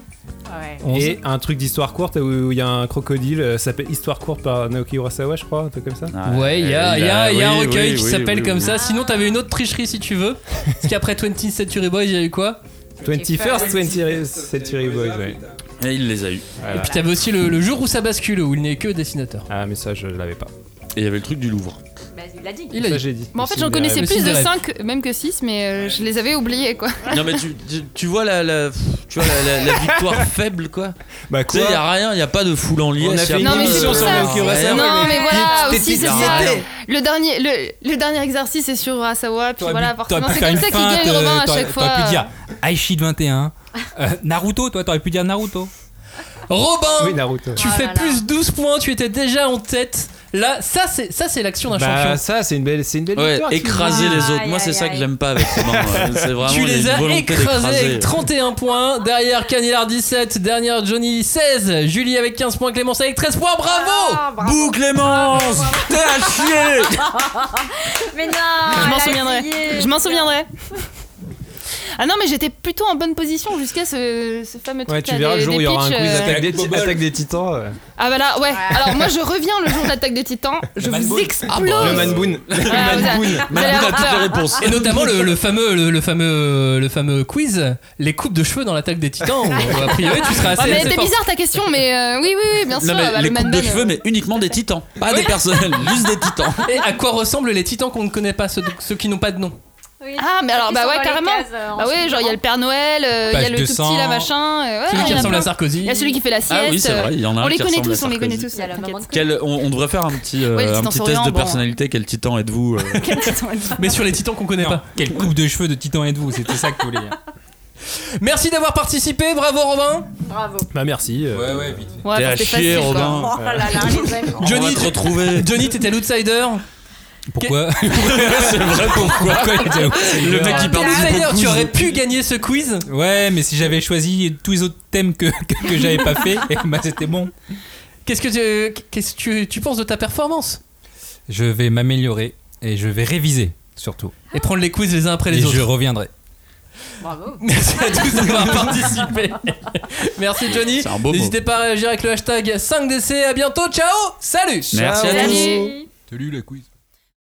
[SPEAKER 8] Et un truc d'histoire courte où il y a un crocodile, euh, ça s'appelle Histoire courte par Naoki Urasawa, je crois, un truc comme ça.
[SPEAKER 1] Ouais, il y a, il y a- il y a un
[SPEAKER 8] oui,
[SPEAKER 1] recueil
[SPEAKER 8] oui,
[SPEAKER 1] qui
[SPEAKER 8] oui,
[SPEAKER 1] s'appelle
[SPEAKER 8] oui,
[SPEAKER 1] comme
[SPEAKER 8] oui.
[SPEAKER 1] ça. Sinon, t'avais une autre tricherie si tu
[SPEAKER 8] *laughs*
[SPEAKER 1] veux. Parce qu'après 20 Century Boys, il y a eu quoi
[SPEAKER 8] 21st Century- Century Boys, ouais.
[SPEAKER 4] Et il les a eu.
[SPEAKER 1] Et puis t'avais aussi le, le jour où ça bascule, où il n'est que dessinateur.
[SPEAKER 8] Ah, mais ça, je l'avais pas.
[SPEAKER 4] Et il y avait le truc du Louvre.
[SPEAKER 3] Bah, il l'a dit.
[SPEAKER 1] Il a
[SPEAKER 8] Ça,
[SPEAKER 1] dit.
[SPEAKER 8] j'ai dit. euh,
[SPEAKER 5] Bon, en fait,
[SPEAKER 4] Aussi
[SPEAKER 5] j'en
[SPEAKER 4] des
[SPEAKER 5] connaissais
[SPEAKER 4] rêves.
[SPEAKER 5] plus
[SPEAKER 4] Aussi
[SPEAKER 5] de
[SPEAKER 4] des rêves.
[SPEAKER 5] 5, même que 6, mais euh, je les avais oubliés, quoi.
[SPEAKER 4] Non, mais tu, tu, tu vois la, la, tu vois la, la- la victoire faible, quoi.
[SPEAKER 8] Bah,
[SPEAKER 4] Tu sais, il y a rien, il y a pas de foule en liesse.
[SPEAKER 8] On a fait
[SPEAKER 4] y
[SPEAKER 8] une
[SPEAKER 4] pas de-
[SPEAKER 8] émission
[SPEAKER 4] Ouais,
[SPEAKER 8] sur
[SPEAKER 4] ouais,
[SPEAKER 8] Naoki
[SPEAKER 4] ouais.
[SPEAKER 8] Urasawa,
[SPEAKER 5] non, mais voilà,
[SPEAKER 4] T'es
[SPEAKER 5] aussi,
[SPEAKER 4] petite,
[SPEAKER 5] c'est ça.
[SPEAKER 4] c'était-
[SPEAKER 5] Le dernier, le, le dernier exercice est sur Urasawa, puis
[SPEAKER 2] T'aurais
[SPEAKER 5] voilà,
[SPEAKER 2] pu-
[SPEAKER 5] forcément,
[SPEAKER 2] t'aurais pu
[SPEAKER 5] c'est
[SPEAKER 2] faire une
[SPEAKER 5] comme ça qu'il
[SPEAKER 2] feinte, euh,
[SPEAKER 5] gagne Robin à
[SPEAKER 2] t'aurais-
[SPEAKER 5] chaque fois.
[SPEAKER 2] T'aurais pu dire Aichi de 21. euh, Naruto, toi, t'aurais pu dire Naruto.
[SPEAKER 1] Robin
[SPEAKER 8] Ah Oui, Naruto.
[SPEAKER 5] Ah
[SPEAKER 1] Tu fais plus 12 points, tu étais déjà en tête. Là, ça c'est ça c'est l'action d'un
[SPEAKER 8] Bah,
[SPEAKER 1] champion.
[SPEAKER 8] ça, c'est une belle, c'est une belle
[SPEAKER 4] Ouais,
[SPEAKER 8] victoire, tu
[SPEAKER 4] écraser
[SPEAKER 8] vois.
[SPEAKER 4] les autres. Moi, c'est ça que j'aime pas avec Robin. euh,
[SPEAKER 5] *laughs*
[SPEAKER 4] C'est vraiment.
[SPEAKER 1] tu
[SPEAKER 4] il y a
[SPEAKER 1] les
[SPEAKER 4] une
[SPEAKER 1] as
[SPEAKER 4] volonté
[SPEAKER 1] écrasés
[SPEAKER 4] d'écraser.
[SPEAKER 1] avec 31 points. Derrière Cagnard 17, derrière Johnny 16, Julie avec 15 points, Clémence avec 13 points.
[SPEAKER 5] Ah,
[SPEAKER 1] Bravo,
[SPEAKER 4] Bouh, Clémence T'es à chier
[SPEAKER 3] Mais non
[SPEAKER 5] Ah, Je m'en
[SPEAKER 3] elle a
[SPEAKER 5] souviendrai.
[SPEAKER 3] essayé.
[SPEAKER 5] Je m'en souviendrai. Ah non, mais j'étais plutôt en bonne position jusqu'à ce, ce fameux truc.
[SPEAKER 8] Ouais, tu
[SPEAKER 5] là,
[SPEAKER 8] verras
[SPEAKER 5] des-
[SPEAKER 8] le jour où
[SPEAKER 5] des
[SPEAKER 8] il y aura un
[SPEAKER 5] pitchs,
[SPEAKER 8] quiz
[SPEAKER 5] euh,
[SPEAKER 8] attaque, des, Attaque des titans. euh.
[SPEAKER 5] Ah bah là, ouais. Alors moi, je reviens le jour de l'attaque des titans. Je vous explose. Ah,
[SPEAKER 8] Le Man Boon.
[SPEAKER 5] Voilà, vous avez- vous allez avoir peur.
[SPEAKER 1] Et notamment le, le fameux le, le fameux le fameux quiz, les coupes de cheveux dans l'attaque des
[SPEAKER 5] *laughs*
[SPEAKER 1] Titans. où, a priori, tu seras assez.
[SPEAKER 5] Ouais, Ah, mais
[SPEAKER 1] assez
[SPEAKER 5] elle était
[SPEAKER 1] fort.
[SPEAKER 5] bizarre ta question, mais euh, oui, oui, oui, bien sûr.
[SPEAKER 4] Non, mais
[SPEAKER 5] bah, le
[SPEAKER 4] les coupes
[SPEAKER 5] man
[SPEAKER 4] de
[SPEAKER 5] bun,
[SPEAKER 4] cheveux,
[SPEAKER 5] euh,
[SPEAKER 4] mais uniquement des titans.
[SPEAKER 5] *laughs*
[SPEAKER 4] Pas des personnels, juste des titans.
[SPEAKER 1] Et à quoi ressemblent les Titans qu'on ne connaît pas, ceux, ceux qui n'ont pas de nom
[SPEAKER 3] Oui.
[SPEAKER 5] Ah, mais alors,
[SPEAKER 3] Ils
[SPEAKER 5] bah
[SPEAKER 3] sont
[SPEAKER 5] ouais,
[SPEAKER 3] dans les
[SPEAKER 5] carrément.
[SPEAKER 3] cases, euh, en
[SPEAKER 5] bah ouais,
[SPEAKER 3] suivant.
[SPEAKER 5] genre il y a le Père Noël, euh, il y a
[SPEAKER 2] Page
[SPEAKER 5] le tout
[SPEAKER 2] 200,
[SPEAKER 5] petit là machin. euh, ouais,
[SPEAKER 1] Celui
[SPEAKER 5] il y
[SPEAKER 1] qui
[SPEAKER 5] en a
[SPEAKER 1] ressemble à
[SPEAKER 5] plein.
[SPEAKER 1] Sarkozy.
[SPEAKER 5] Il y a celui qui fait la sieste.
[SPEAKER 4] Ah oui, c'est
[SPEAKER 5] euh,
[SPEAKER 4] vrai, il y en a
[SPEAKER 5] on
[SPEAKER 4] un
[SPEAKER 5] les
[SPEAKER 4] qui
[SPEAKER 5] connaît
[SPEAKER 4] ressemble à
[SPEAKER 5] tous, on les connaît
[SPEAKER 4] Sarkozy.
[SPEAKER 5] tous. Il y a la maman de
[SPEAKER 4] Quel- on, on devrait faire un petit, euh,
[SPEAKER 5] Ouais, le
[SPEAKER 4] un
[SPEAKER 5] titan
[SPEAKER 4] petit test
[SPEAKER 5] souriant,
[SPEAKER 4] de
[SPEAKER 5] bon.
[SPEAKER 4] personnalité. Quel titan êtes-vous euh,
[SPEAKER 1] Mais sur les titans qu'on connaît pas.
[SPEAKER 2] Quelle coupe de cheveux de titan êtes-vous C'était ça que vous voulez dire.
[SPEAKER 1] Merci d'avoir participé, bravo Robin.
[SPEAKER 3] Bravo.
[SPEAKER 8] Bah merci.
[SPEAKER 2] Ouais, ouais, vite.
[SPEAKER 5] Ouais,
[SPEAKER 4] T'es
[SPEAKER 5] parce
[SPEAKER 4] à
[SPEAKER 5] que c'est
[SPEAKER 4] chier,
[SPEAKER 5] facile, quoi.
[SPEAKER 4] Robin.
[SPEAKER 3] Oh là là, les
[SPEAKER 2] *laughs*
[SPEAKER 3] amis.
[SPEAKER 4] On va
[SPEAKER 1] Johnny,
[SPEAKER 4] te retrouver.
[SPEAKER 1] Johnny, t'étais l'outsider.
[SPEAKER 2] Pourquoi
[SPEAKER 4] *laughs* c'est vrai,
[SPEAKER 2] *laughs*
[SPEAKER 4] pourquoi
[SPEAKER 2] Pourquoi il était outsider
[SPEAKER 4] Le mec qui parle
[SPEAKER 1] L'outsider,
[SPEAKER 4] beaucoup.
[SPEAKER 1] tu aurais pu gagner ce quiz.
[SPEAKER 2] Ouais, mais si j'avais choisi tous les autres thèmes que, que, que j'avais pas fait, *laughs* bah, c'était bon.
[SPEAKER 1] Qu'est-ce que tu, qu'est-ce que tu, tu penses de ta performance
[SPEAKER 2] Je vais m'améliorer et je vais réviser surtout.
[SPEAKER 1] Et prendre les quiz les uns après les
[SPEAKER 2] et
[SPEAKER 1] autres.
[SPEAKER 2] je reviendrai.
[SPEAKER 3] Bravo.
[SPEAKER 1] *laughs* Merci à tous d'avoir participé. Merci Johnny.
[SPEAKER 4] C'est un beau mot.
[SPEAKER 1] N'hésitez pas à réagir avec le hashtag 5DC. À bientôt. Ciao. Salut.
[SPEAKER 4] Merci à tous.
[SPEAKER 5] Salut.
[SPEAKER 2] Salut la quiz.